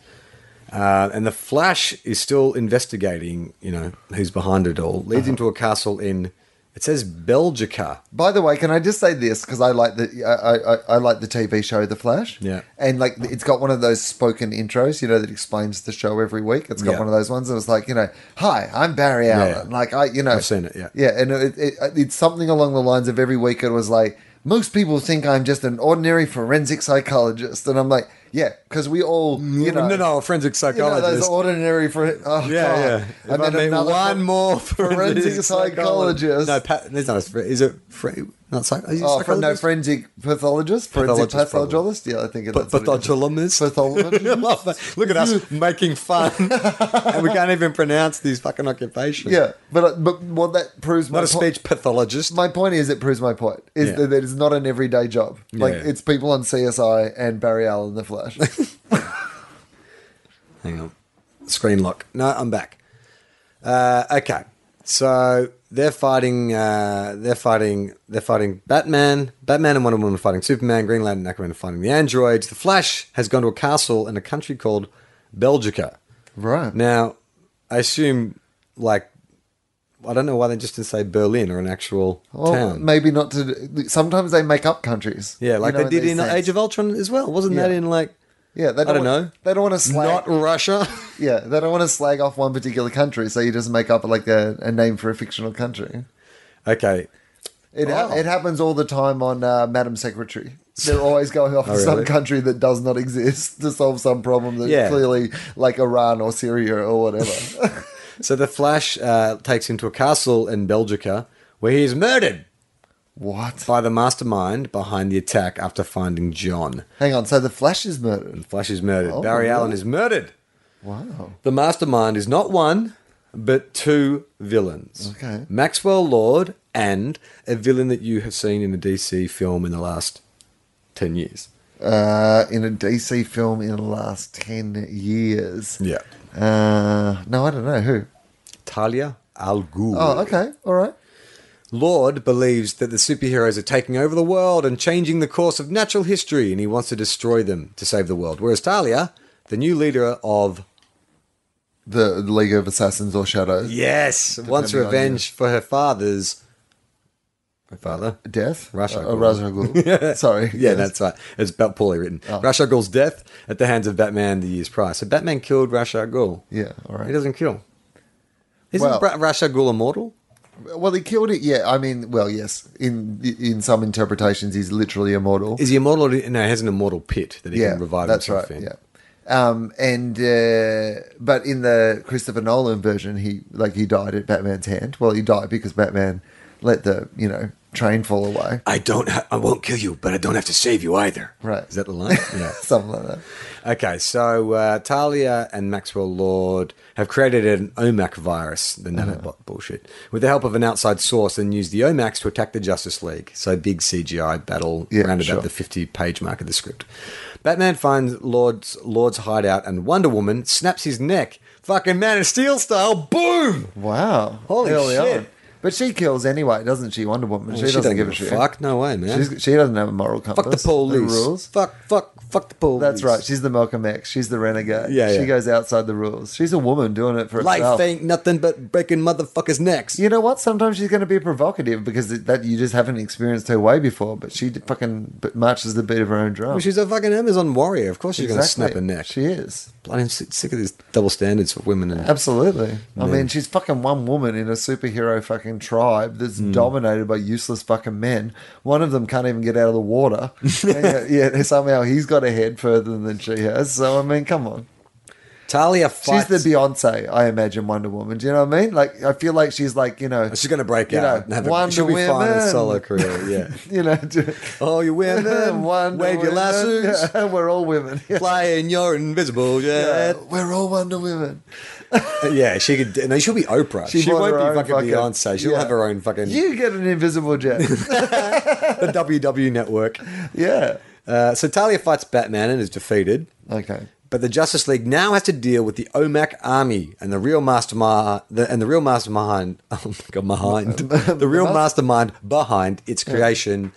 S2: Uh, and the Flash is still investigating, you know, who's behind it all.
S1: Uh-huh.
S2: Leads him to a castle in, it says Belgica.
S1: by the way, can I just say this because I like the I, I, I like the TV show The Flash.
S2: Yeah.
S1: and like it's got one of those spoken intros, you know, that explains the show every week. It's got
S2: Yeah.
S1: one of those ones, and it's like you know, hi, I'm Barry
S2: Yeah.
S1: Allen. Like I, you know,
S2: I've seen it, yeah.
S1: yeah, and it, it, it's something along the lines of every week. It was like most people think I'm just an ordinary forensic psychologist, and I'm like, yeah, because we all, you know,
S2: no, no, a forensic
S1: You know,
S2: psychologist.
S1: those ordinary for oh,
S2: yeah,
S1: God.
S2: yeah. If
S1: And then
S2: I meet
S1: another
S2: one
S1: one
S2: more (laughs)
S1: forensic psychologist.
S2: No, pa- it's not a, fr- is it free? Not psych- is it
S1: Oh, for no
S2: psychologist?
S1: forensic pathologist, forensic
S2: Pathologist, probably.
S1: pathologist. Yeah, I think
S2: Pa-
S1: that's what it is.
S2: Patholomus. (laughs)
S1: pathologist.
S2: Love that. Look at us making fun,
S1: (laughs)
S2: and we can't even pronounce these fucking occupations.
S1: yeah, but but well, that proves my
S2: not a
S1: po-
S2: speech pathologist.
S1: My point is, it proves my point is
S2: Yeah.
S1: that it is not an everyday job. Like
S2: Yeah.
S1: it's people on CSI and Barry Allen, The
S2: (laughs)
S1: Flash.
S2: Hang on. Screen lock. No, I'm back. Uh, okay. So they're fighting. Uh, they're fighting. They're fighting Batman. Batman and Wonder Woman are fighting Superman. Green Lantern and Aquaman are fighting the androids. The Flash has gone to a castle in a country called Belgica.
S1: right.
S2: Now, I assume, like, I don't know why they just didn't say Berlin or an actual
S1: well,
S2: town.
S1: maybe not to. Sometimes they make up countries.
S2: yeah,
S1: you
S2: like
S1: know,
S2: they did
S1: these
S2: in uh,
S1: things.
S2: Age of Ultron as well. Wasn't that
S1: Yeah.
S2: in like
S1: Yeah, they
S2: don't
S1: want-
S2: know.
S1: They don't want to slag.
S2: not Russia? (laughs)
S1: yeah, they don't want to slag off one particular country, so you just make up like a, a name for a fictional country.
S2: okay.
S1: It, ha-
S2: Wow.
S1: it happens all the time on uh, Madam Secretary.
S2: (laughs)
S1: They're always going off to some
S2: Oh, really?
S1: country that does not exist to solve some problem that's
S2: Yeah.
S1: clearly like Iran or Syria or whatever.
S2: (laughs) So the Flash uh, takes him to a castle in Belgica where he is murdered
S1: what?
S2: by the mastermind behind the attack after finding John.
S1: Hang on. So the Flash is murdered.
S2: Flash is murdered.
S1: Oh,
S2: Barry
S1: really?
S2: Allen is murdered.
S1: Wow.
S2: The mastermind is not one, but two villains.
S1: Okay.
S2: Maxwell Lord and a villain that you have seen in a DC film in the last 10 years.
S1: Uh, in a DC film in the last 10 years.
S2: Yeah.
S1: Uh, no, I don't know who.
S2: Talia Al Ghul.
S1: Oh, okay. All right.
S2: Lord believes that the superheroes are taking over the world and changing the course of natural history, and he wants to destroy them to save the world. Whereas Talia, the new leader of
S1: The League of Assassins or Shadows.
S2: Yes, wants
S1: Depending on
S2: revenge for her father's her father.
S1: Death?
S2: Ra's al
S1: Uh,
S2: Ghul.
S1: Ra's al Ghul. Sorry.
S2: (laughs)
S1: Yes.
S2: Yeah,
S1: Oh.
S2: that's right. It's about poorly written. Ra's al Ghul's death at the hands of Batman the years prior. So Batman killed Ra's al Ghul.
S1: Yeah, all right.
S2: He doesn't kill. Isn't
S1: Well-
S2: Ra- Ra's al Ghul immortal?
S1: Well, he killed it. Yeah, I mean, well, yes. In in some interpretations, he's literally immortal.
S2: Is he immortal? or- No, he has an immortal pit that he
S1: yeah,
S2: can revive
S1: that's
S2: himself
S1: right.
S2: in.
S1: Yeah. Um, and uh, but in the Christopher Nolan version, he like he died at Batman's hand. Well, he died because Batman let the you know train fall away,
S2: I don't. Ha- I won't kill you, but I don't have to save you either.
S1: Right.
S2: Is that the
S1: (laughs)
S2: line? yeah.
S1: something like that.
S2: Okay, so uh, Talia and Maxwell Lord have created an OMAC virus, the
S1: Uh-huh.
S2: nanobot bullshit, with the help of an outside source and used the OMACs to attack the Justice League. So big CGI battle
S1: Yeah,
S2: round
S1: sure.
S2: about the 50 page mark of the script. Batman finds Lord's, Lord's hideout and Wonder Woman snaps his neck. Fucking Man of Steel style, boom!
S1: Wow,
S2: Holy shit.
S1: But she kills anyway, doesn't she? Wonder Woman. she, doesn't give a shit.
S2: fuck. No way, man.
S1: She's, she doesn't have a moral compass.
S2: fuck the police.
S1: rules.
S2: Fuck, fuck, fuck the police.
S1: That's right. She's the Malcolm X. She's the renegade.
S2: Yeah,
S1: she
S2: yeah.
S1: goes outside the rules. She's a woman doing it for
S2: Life
S1: herself.
S2: ain't nothing but breaking motherfuckers' necks.
S1: You know what? Sometimes she's going to be provocative because it- that you just haven't experienced her way before. But she d- fucking b- marches the beat of her own drum.
S2: Well, she's a fucking Amazon warrior. Of course she's
S1: Exactly.
S2: going to snap her neck.
S1: She is
S2: Bloody, I'm si- sick of these double standards for women. And
S1: absolutely. I mean, she's fucking one woman in a superhero fucking tribe that's
S2: Hmm.
S1: dominated by useless fucking men. One of them can't even get out of the
S2: (laughs)
S1: water. and yet, yet somehow he's got a head further than she has. So I mean, come on.
S2: Talia fights.
S1: She's the Beyonce, I imagine Wonder Woman. Do you know what I mean? Like, I feel like she's like you (laughs) know,
S2: Oh, She's going to break
S1: You know,
S2: out. and have a,
S1: Wonder
S2: she'll be fine in a
S1: Women.
S2: solo career. Yeah.
S1: (laughs) you know,
S2: oh, you women,
S1: Wonder
S2: (laughs) wave your
S1: Women.
S2: lassos,
S1: Yeah, (laughs) we're all women. Yeah.
S2: flying, you're invisible. Yeah.
S1: We're all Wonder Women.
S2: yeah, she could. No, she'll be Oprah. She,
S1: bought
S2: won't
S1: her own
S2: be fucking Beyonce.
S1: (laughs)
S2: She'll
S1: yeah.
S2: have her own fucking
S1: You get an invisible
S2: (laughs)
S1: jet.
S2: the WW E network.
S1: yeah.
S2: Uh, so Talia fights Batman and is defeated.
S1: Okay.
S2: But the Justice League now has to deal with the OMAC army and the real mastermind the, and the real mastermind (laughs) oh my
S1: (laughs)
S2: god behind the real mastermind behind its creation.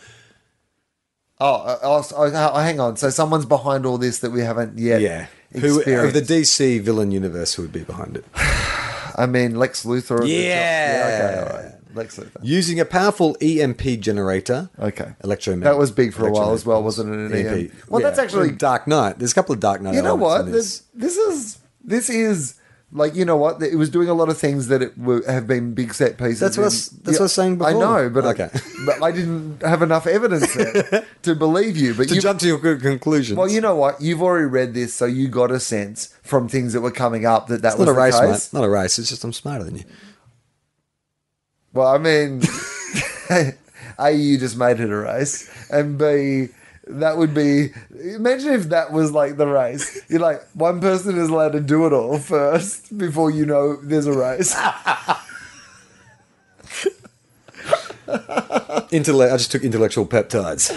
S1: Oh, uh, oh, so- oh, oh, hang on. So someone's behind all this that we haven't yet.
S2: Yeah, who of the
S1: experienced.
S2: DC villain universe who would be behind it?
S1: I mean, Lex Luthor. of the
S2: Yeah.
S1: job. okay. All right. Lex Luthor.
S2: Using a powerful EMP generator.
S1: Okay.
S2: electromagnet.
S1: That was big for a while as well, wasn't it? An
S2: EMP.
S1: EMP. Well, that's
S2: E Yeah.
S1: actually.
S2: Dark Knight. There's a couple of Dark Knight.
S1: you know
S2: elements
S1: what?
S2: in
S1: This. this is this is like you know what? It was doing a lot of things that it were, have been big set pieces.
S2: That's what I was- that's what I was saying
S1: I
S2: before.
S1: know, but
S2: Okay.
S1: I, (laughs) but I didn't have enough evidence there
S2: (laughs)
S1: to believe you. But
S2: to
S1: you,
S2: jump to your good conclusions.
S1: well, you know what? You've already read this, so you got a sense from things that were coming up that that
S2: it's
S1: was
S2: not a
S1: the
S2: race,
S1: case.
S2: mate. Not a race. It's just I'm smarter than you.
S1: Well, I mean, (laughs) A, you just made it a race, and B, that would be. Imagine if that was like the race. You're like, one person is allowed to do it all first before you know there's a race.
S2: Ah. Intellect. I just took intellectual peptides.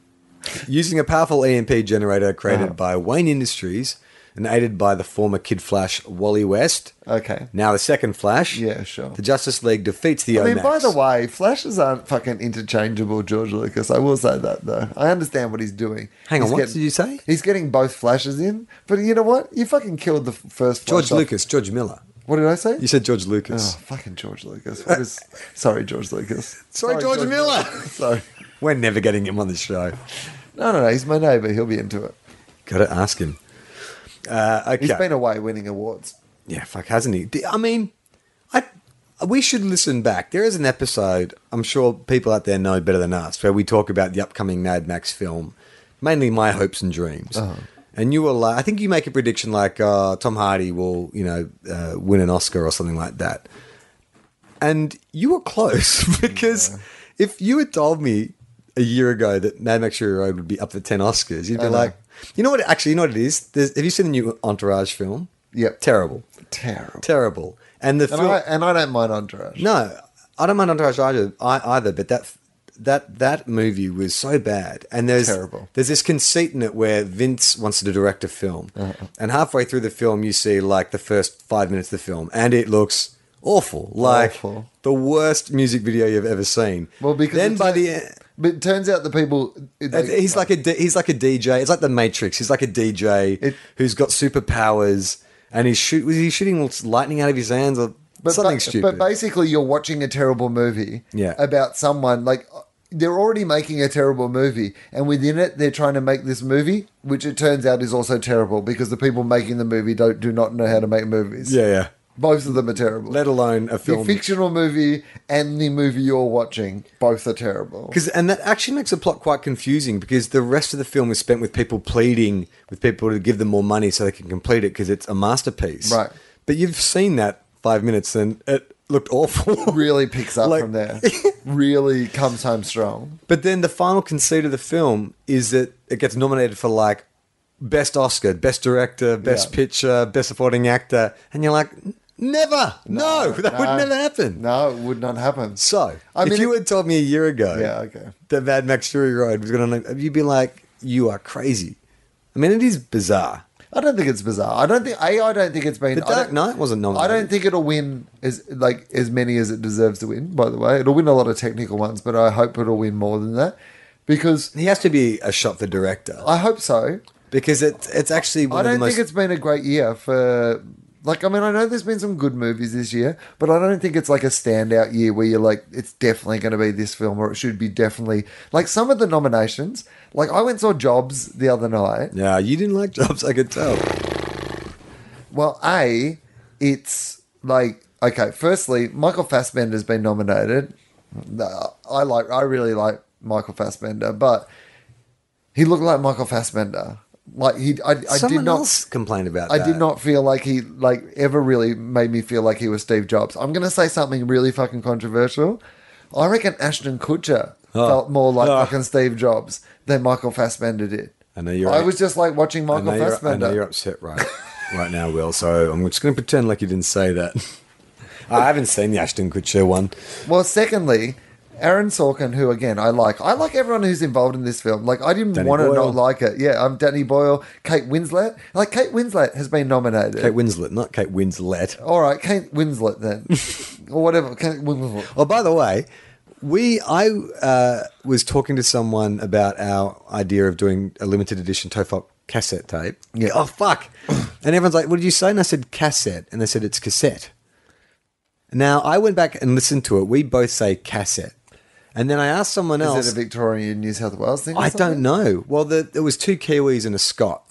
S2: (laughs) Using a powerful EMP generator created by Wayne Industries and aided by the former Kid Flash Wally West,
S1: Okay.
S2: now the second Flash.
S1: Yeah, sure.
S2: The Justice League defeats the
S1: I mean,
S2: OMAX.
S1: by the way, flashes aren't fucking interchangeable, George Lucas. I will say that, though. I understand what he's doing.
S2: Hang on,
S1: He's
S2: what did you say?
S1: He's getting both flashes in, but you know what? You fucking killed the f- first flash
S2: George
S1: off.
S2: Lucas, George Miller.
S1: What did I say?
S2: You said George Lucas.
S1: Oh, fucking George Lucas. What is, (laughs) sorry, George Lucas.
S2: Sorry, George Miller. (laughs)
S1: sorry.
S2: We're never getting him on the show.
S1: No, no, no. He's my neighbour. He'll be into it.
S2: Got to ask him. Uh, okay.
S1: He's been away winning awards.
S2: yeah, fuck, hasn't he? D- I mean, I we should listen back. There is an episode I'm sure people out there know better than us where we talk about the upcoming Mad Max film, mainly my hopes and dreams. And you were like, I think you make a prediction like uh, Tom Hardy will, you know, uh, win an Oscar or something like that. And you were close (laughs) because if you had told me a year ago that Mad Max Fury Road would be up for 10 Oscars, you'd be
S1: know.
S2: like, you know what? Actually, you know what it is? There's, have you seen the new Entourage film?
S1: Yep.
S2: Terrible
S1: Terrible.
S2: terrible. And the
S1: And,
S2: film,
S1: I, and I don't mind Entourage.
S2: no, I don't mind Entourage either, I, either, but that that that movie was so bad. And there's
S1: Terrible.
S2: There's this conceit in it where Vince wants to direct a film,
S1: Uh-huh.
S2: and halfway through the film, you see like the first five minutes of the film, and it looks awful, like
S1: Awful.
S2: the worst music video you've ever seen.
S1: Well, because
S2: then
S1: it
S2: by the
S1: turn-
S2: end.
S1: But it turns out the people. they-
S2: he's like a D- he's like a DJ. It's like the Matrix. He's like a DJ
S1: It-
S2: who's got superpowers, and he's shoot was he shooting lightning out of his hands or something
S1: ba-
S2: stupid?
S1: But basically, you're watching a terrible movie
S2: Yeah.
S1: about someone like they're already making a terrible movie, and within it, they're trying to make this movie, which it turns out is also terrible because the people making the movie don't do not know how to make movies.
S2: Yeah, yeah.
S1: both of them are terrible.
S2: Let alone a
S1: the
S2: film.
S1: fictional movie and the movie you're watching both are terrible.
S2: Because and that actually makes the plot quite confusing because the rest of the film is spent with people pleading with people to give them more money so they can complete it because it's a masterpiece.
S1: Right.
S2: But you've seen that five minutes and it looked (laughs) awful.
S1: Really picks up
S2: Like-
S1: from there. really comes home strong.
S2: But then the final conceit of the film is that it gets nominated for like best Oscar, best director, best
S1: Yeah.
S2: picture, best supporting actor, and you're like, never, (laughs) no, (laughs) that
S1: no.
S2: would never happen.
S1: No, it would not happen.
S2: So,
S1: I
S2: if
S1: mean,
S2: you
S1: it-
S2: had told me a year ago,
S1: Yeah, okay.
S2: that Mad Max Fury Road was going to, you'd be like, you are crazy. I mean, it is bizarre.
S1: I don't think it's bizarre. I don't think a. I don't think it's been.
S2: The
S1: I
S2: Dark
S1: don't-
S2: Knight wasn't
S1: I
S2: nominated.
S1: don't think it'll win as like as many as it deserves to win. By the way, it'll win a lot of technical ones, but I hope it'll win more than that because
S2: He has to be a shot for director
S1: I hope so.
S2: because it, it's actually one
S1: I
S2: of the
S1: don't
S2: most.
S1: think it's been a great year for. Like, I mean, I know there's been some good movies this year, but I don't think it's like a standout year where you're like, it's definitely going to be this film or it should be definitely. Like, some of the nominations, like, I went and saw Jobs the other night.
S2: yeah, you didn't like Jobs, I could tell.
S1: Well, A, it's like okay. Firstly, Michael Fassbender's been nominated. Uh, I like, I really like Michael Fassbender, but he looked like Michael Fassbender. Like he, I, I did
S2: Someone
S1: not.
S2: else complained about
S1: I
S2: that.
S1: did not feel like he like ever really made me feel like he was Steve Jobs. I'm gonna say something really fucking controversial. I reckon Ashton Kutcher felt more like
S2: Oh.
S1: fucking Steve Jobs than Michael Fassbender did.
S2: I know you're
S1: I
S2: right.
S1: was just like watching
S2: I
S1: Michael
S2: know, you're, I know
S1: Fassbender.
S2: you're upset right right now, Will. So I'm just going to pretend like you didn't say that. (laughs) I haven't seen the Ashton Kutcher one.
S1: Well, secondly, Aaron Sorkin, who again I like, I like everyone who's involved in this film. Like I didn't
S2: Danny
S1: want to
S2: Boyle.
S1: not like it. Yeah, I'm Danny Boyle, Kate Winslet. Like Kate Winslet has been nominated.
S2: Kate Winslet, not Kate Winslet.
S1: All right, Kate Winslet
S2: (laughs)
S1: then, or whatever. Kate Winslet.
S2: Oh, by the way, we I uh, was talking to someone about our idea of doing a limited edition Tofop cassette tape.
S1: Yeah.
S2: Oh fuck! and everyone's like, "What did you say?" And I said cassette, and they said it's cassette. Now I went back and listened to it. We both say cassette, and then I asked someone else.
S1: Is it a Victorian New South Wales thing? or
S2: I
S1: something? Uh-huh.
S2: don't know. Well, the, there was two Kiwis and a Scot.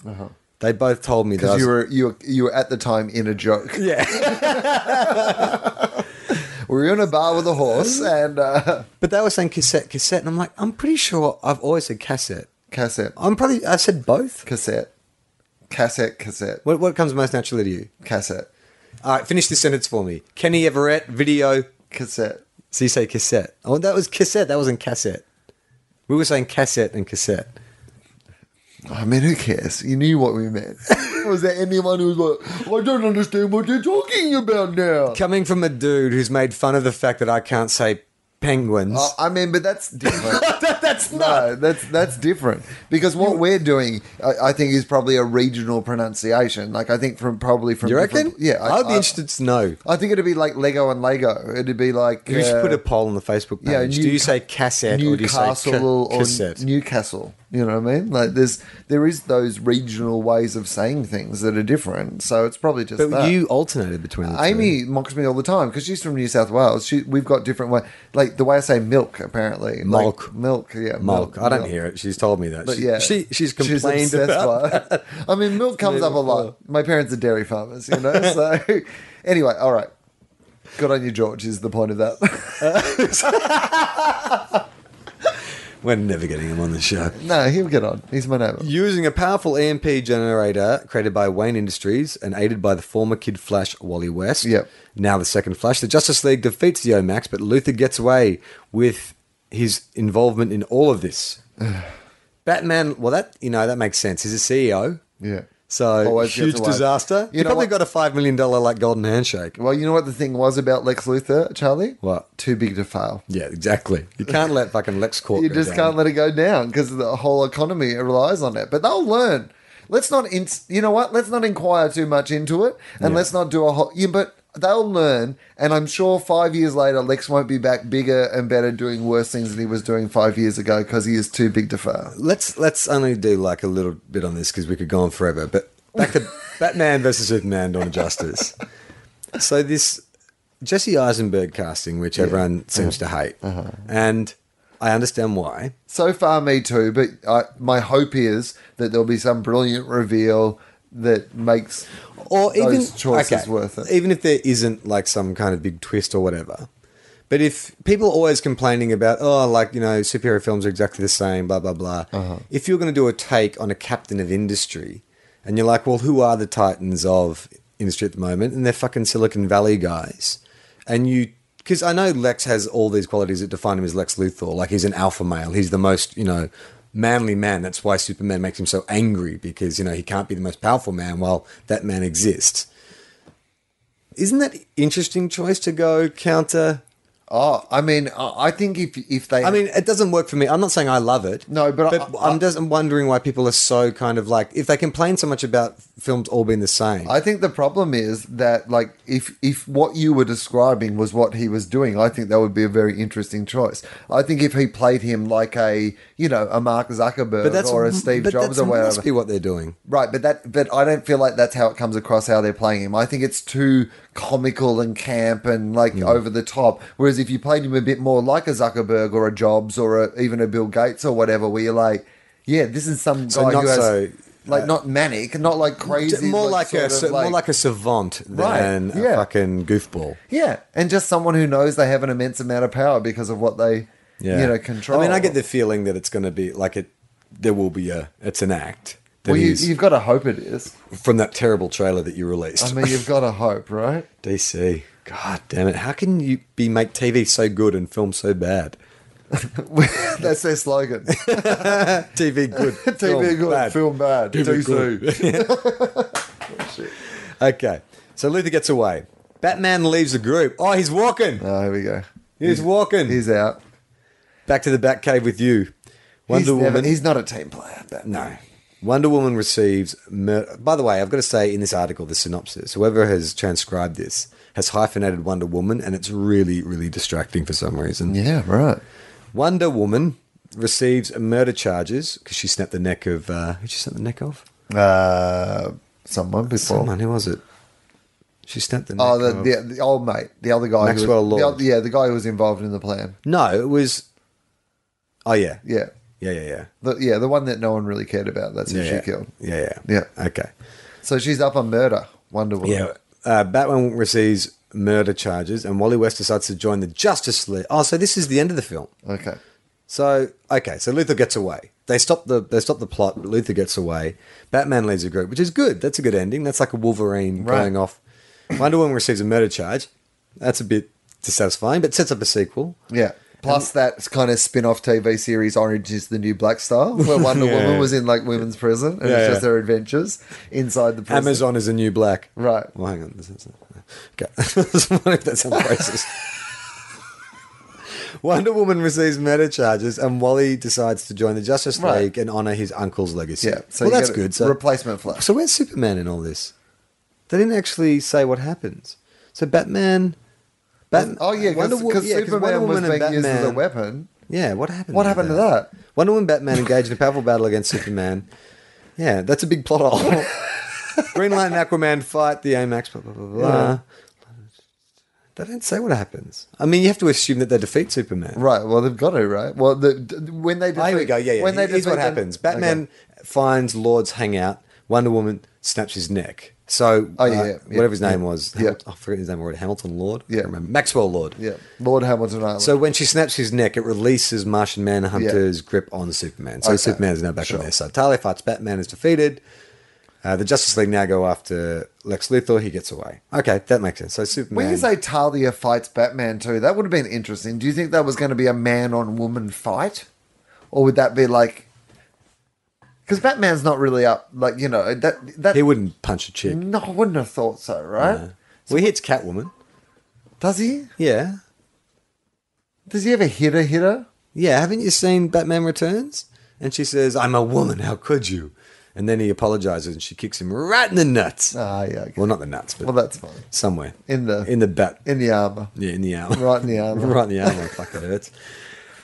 S2: They both told me that.
S1: Because
S2: I was-
S1: you were you were, you were at the time in a joke.
S2: (laughs) yeah,
S1: We were in a bar with a horse and uh,
S2: but they were saying cassette, cassette, and I'm like, I'm pretty sure I've always said cassette.
S1: cassette,
S2: I'm probably I said both.
S1: cassette, cassette, cassette,
S2: What what comes most naturally to you?
S1: cassette,
S2: All right, finish this sentence for me. Kenny Everett video.
S1: cassette.
S2: So you say cassette? Oh, that was cassette. That wasn't cassette. We were saying cassette and cassette.
S1: I mean, who cares? You knew what we
S2: (laughs)
S1: meant. was there anyone who was like, I don't understand what you're talking about now?
S2: Coming from a dude who's made fun of the fact that I can't say penguins.
S1: Uh, I mean, but that's
S2: (laughs)
S1: different. that's not. No, that's that's different because what we're doing, I, I think, is probably a regional pronunciation. Like I think from probably from
S2: you
S1: different-
S2: reckon?
S1: Yeah, I,
S2: I, would be
S1: I-
S2: interested to know.
S1: I think it'd be like Lego and Lego. It'd be like
S2: You should
S1: uh,
S2: put a poll on the Facebook page.
S1: yeah,
S2: do
S1: Newca-
S2: you say cassette or do you say ca-
S1: Newcastle or
S2: cassette?
S1: Newcastle. You know what I mean? Like there's there is those regional ways of saying things that are different. So it's probably just
S2: but
S1: that.
S2: you alternated between the two.
S1: Amy mocks me all the time because she's from New South Wales. She, we've got different way, like the way I say milk. Apparently, Like,
S2: Milk.
S1: milk, yeah,
S2: Mulk. I don't
S1: milk.
S2: hear it. She's told me that.
S1: But
S2: she,
S1: yeah,
S2: she, she's complained
S1: obsessed
S2: about
S1: by it. I mean, milk comes up a lot. My parents are dairy farmers, you know.
S2: (laughs)
S1: So anyway, all right. Good on you, George. Is the point of that? (laughs)
S2: (laughs) We're never getting him on the show.
S1: no, he'll get on. He's my neighbor.
S2: Using a powerful EMP generator created by Wayne Industries and aided by the former Kid Flash Wally West,
S1: Yep.
S2: now the second Flash, the Justice League defeats the Omax, but Luther gets away with his involvement in all
S1: (sighs)
S2: of this. Batman, well, that you know that makes sense. He's a CEO,
S1: Yeah.
S2: so
S1: Always
S2: huge
S1: gets away.
S2: disaster.
S1: You
S2: he
S1: know
S2: probably
S1: what?
S2: got a five million dollar like golden handshake.
S1: Well, you know what the thing was about Lex Luthor, Charlie?
S2: What?
S1: Too big to fail.
S2: Yeah, exactly. You can't let fucking LexCorp.
S1: You
S2: go
S1: just
S2: down.
S1: can't let it go down because the whole economy relies on it. But they'll learn. Let's not, in- you know what? Let's not inquire too much into it, and let's not do a whole. Yeah, but they'll learn, and I'm sure five years later, Lex won't be back bigger and better, doing worse things than he was doing five years ago because he is too big to fail.
S2: let's let's only do like a little bit on this because we could go on forever. But
S1: (laughs)
S2: back to Batman versus Superman: Dawn of Justice. So this Jesse Eisenberg casting, which everyone seems
S1: Uh-huh.
S2: to hate, and I understand why.
S1: So far, me too. But I, my hope is that there'll be some brilliant reveal that makes
S2: Or even
S1: those choices
S2: okay,
S1: worth it.
S2: Even if there isn't like some kind of big twist or whatever. But if people are always complaining about, oh, like, you know, superhero films are exactly the same, blah, blah, blah. If you're going to do a take on a captain of industry and you're like, well, who are the titans of industry at the moment? And they're fucking Silicon Valley guys. And you, because I know Lex has all these qualities that define him as Lex Luthor. Like, he's an alpha male. He's the most, you know, manly man. That's why Superman makes him so angry because, you know, he can't be the most powerful man while that man exists. Isn't that interesting choice to go counter?
S1: Oh, I mean, I I think if if they,
S2: I mean, it doesn't work for me. I'm not saying I love it.
S1: No, but I-
S2: I, am just wondering why people are so kind of like if they complain so much about films all being the same.
S1: I think the problem is that like if if what you were describing was what he was doing, I think that would be a very interesting choice. I think if he played him like a you know a Mark Zuckerberg
S2: but that's
S1: or a Steve
S2: but
S1: Jobs
S2: that's
S1: or whatever,
S2: Must be what they're doing.
S1: right? But that but I don't feel like that's how it comes across how they're playing him. I think it's too comical and camp and like
S2: Hmm.
S1: over the top. Whereas if you played him a bit more like a Zuckerberg or a Jobs or a, even a Bill Gates or whatever, where you're like, yeah, this is some
S2: So
S1: guy
S2: not
S1: who has.
S2: so, uh,
S1: like not manic, not like crazy.
S2: more
S1: like,
S2: like, a
S1: sort of,
S2: more like a savant
S1: Right,
S2: than
S1: yeah.
S2: a fucking goofball.
S1: Yeah, and just someone who knows they have an immense amount of power because of what they,
S2: Yeah,
S1: you know, control.
S2: I mean, I get the feeling that it's going to be like it. There will be a. It's an act, that
S1: well, you,
S2: he's
S1: you've got to hope it is.
S2: from that terrible trailer that you released.
S1: I mean,
S2: (laughs)
S1: you've got to hope, right? (laughs)
S2: DC, god damn it! How can you be make TV so good and film
S1: (laughs)
S2: so bad?
S1: That's their slogan. (laughs)
S2: TV good,
S1: TV good,
S2: bad.
S1: film bad. DC. (laughs)
S2: (laughs)
S1: Oh,
S2: Okay, so Luther gets away. Batman leaves the group. Oh, he's walking.
S1: Oh, here we go.
S2: He's walking.
S1: He's out.
S2: Back to the Batcave with you. Wonder
S1: he's,
S2: Woman.
S1: never- he's not a team player. That
S2: No. Wonder Woman receives. Mur- By the way, I've got to say in this article, the synopsis, whoever has transcribed this has hyphenated Wonder Woman, and it's really, really distracting for some reason.
S1: Yeah, right.
S2: Wonder Woman receives murder charges because she snapped the neck of. Uh, who she snapped the neck of?
S1: Uh, someone before.
S2: Someone. Who was it? She snapped the neck
S1: Oh, the,
S2: of.
S1: the, the old mate, the other guy.
S2: Maxwell
S1: who was, the
S2: Lord.
S1: oth- yeah, the guy who was involved in the plan.
S2: No, it was. Oh, yeah.
S1: Yeah,
S2: Yeah, yeah, yeah.
S1: the, yeah, the one that no one really cared about. That's who
S2: yeah,
S1: she
S2: yeah.
S1: killed.
S2: Yeah, yeah.
S1: Yeah.
S2: Okay.
S1: So she's up on murder. Wonder Woman.
S2: Yeah. Uh, Batman receives murder charges, and Wally West decides to join the Justice League. Oh, so this is the end of the film.
S1: Okay.
S2: So okay, so Luther gets away. They stop the they stop the plot. but Luther gets away. Batman leads the group, which is good. That's a good ending. That's like a Wolverine
S1: Right.
S2: going off. Wonder Woman receives a murder charge. That's a bit dissatisfying, but sets up a sequel.
S1: Yeah. Plus that kind of spin-off TV series Orange is the New Black Star,
S2: (laughs)
S1: where Wonder
S2: Yeah.
S1: Woman was in like women's prison and
S2: Yeah,
S1: it's just
S2: yeah.
S1: her adventures inside the prison.
S2: Amazon is a new black.
S1: Right.
S2: Well, hang on. This is, uh, okay. (laughs) what if that sounds
S1: (laughs)
S2: racist? Wonder Woman receives murder charges, and Wally decides to join the Justice League
S1: Right.
S2: and honor his uncle's legacy.
S1: Yeah. So
S2: well,
S1: you
S2: that's
S1: get a
S2: good. So,
S1: replacement Flash.
S2: so where's Superman in all this? They didn't actually say what happens. So Batman. Bat-
S1: Oh yeah,
S2: Wonder Wo-
S1: because
S2: yeah, 'cause Wonder
S1: Superman was
S2: Woman and
S1: being used as a
S2: Batman-
S1: weapon.
S2: yeah, what happened?
S1: What
S2: to
S1: happened to that?
S2: Wonder Woman, Batman engaged in a powerful battle against Superman. Yeah, that's a big plot hole.
S1: (laughs)
S2: Green Lantern and Aquaman fight the AMAX. Blah blah blah blah.
S1: Yeah.
S2: They don't say what happens. I mean, you have to assume that they defeat Superman.
S1: Right. Well, they've got to right. Well, the, d- when they
S2: Oh,
S1: defeat,
S2: here we go. Yeah, yeah.
S1: When they
S2: Here's what
S1: defeat them-
S2: happens. Batman finds Lord's hangout. Wonder Woman snaps his neck. So,
S1: Oh, yeah,
S2: uh,
S1: yeah,
S2: whatever his
S1: yeah.
S2: name was,
S1: Yeah.
S2: Hamil- I forget his name already. Hamilton Lord.
S1: Yeah.
S2: I remember. Maxwell Lord.
S1: Okay. Yeah, Lord Hamilton Island.
S2: So when she snaps his neck, it releases Martian Manhunter's grip on Superman. So
S1: Okay.
S2: Superman's now back
S1: Sure.
S2: on their side. Talia fights Batman, is defeated. Uh, the Justice League now go after Lex Luthor. He gets away. Okay, that makes sense. So Superman.
S1: when you say Talia fights Batman too, that would have been interesting. Do you think that was going to be a man on woman fight, or would that be like? Because Batman's not really up. Like you know that that
S2: he wouldn't punch a chick.
S1: no, I wouldn't have thought so, right?
S2: Well, he hits Catwoman.
S1: Does he?
S2: Yeah,
S1: Does he ever hit a hitter?
S2: yeah. Haven't you seen Batman Returns? And she says, "I'm a woman. How could you?" And then he apologizes, and she kicks him right in the nuts.
S1: Ah, yeah. okay.
S2: well, not the nuts, but
S1: Well, that's fine.
S2: somewhere
S1: In the-
S2: in the bat
S1: In the armor,
S2: Yeah, in the arm.
S1: Right in the arm.
S2: right in the arm. Fuck, that hurts.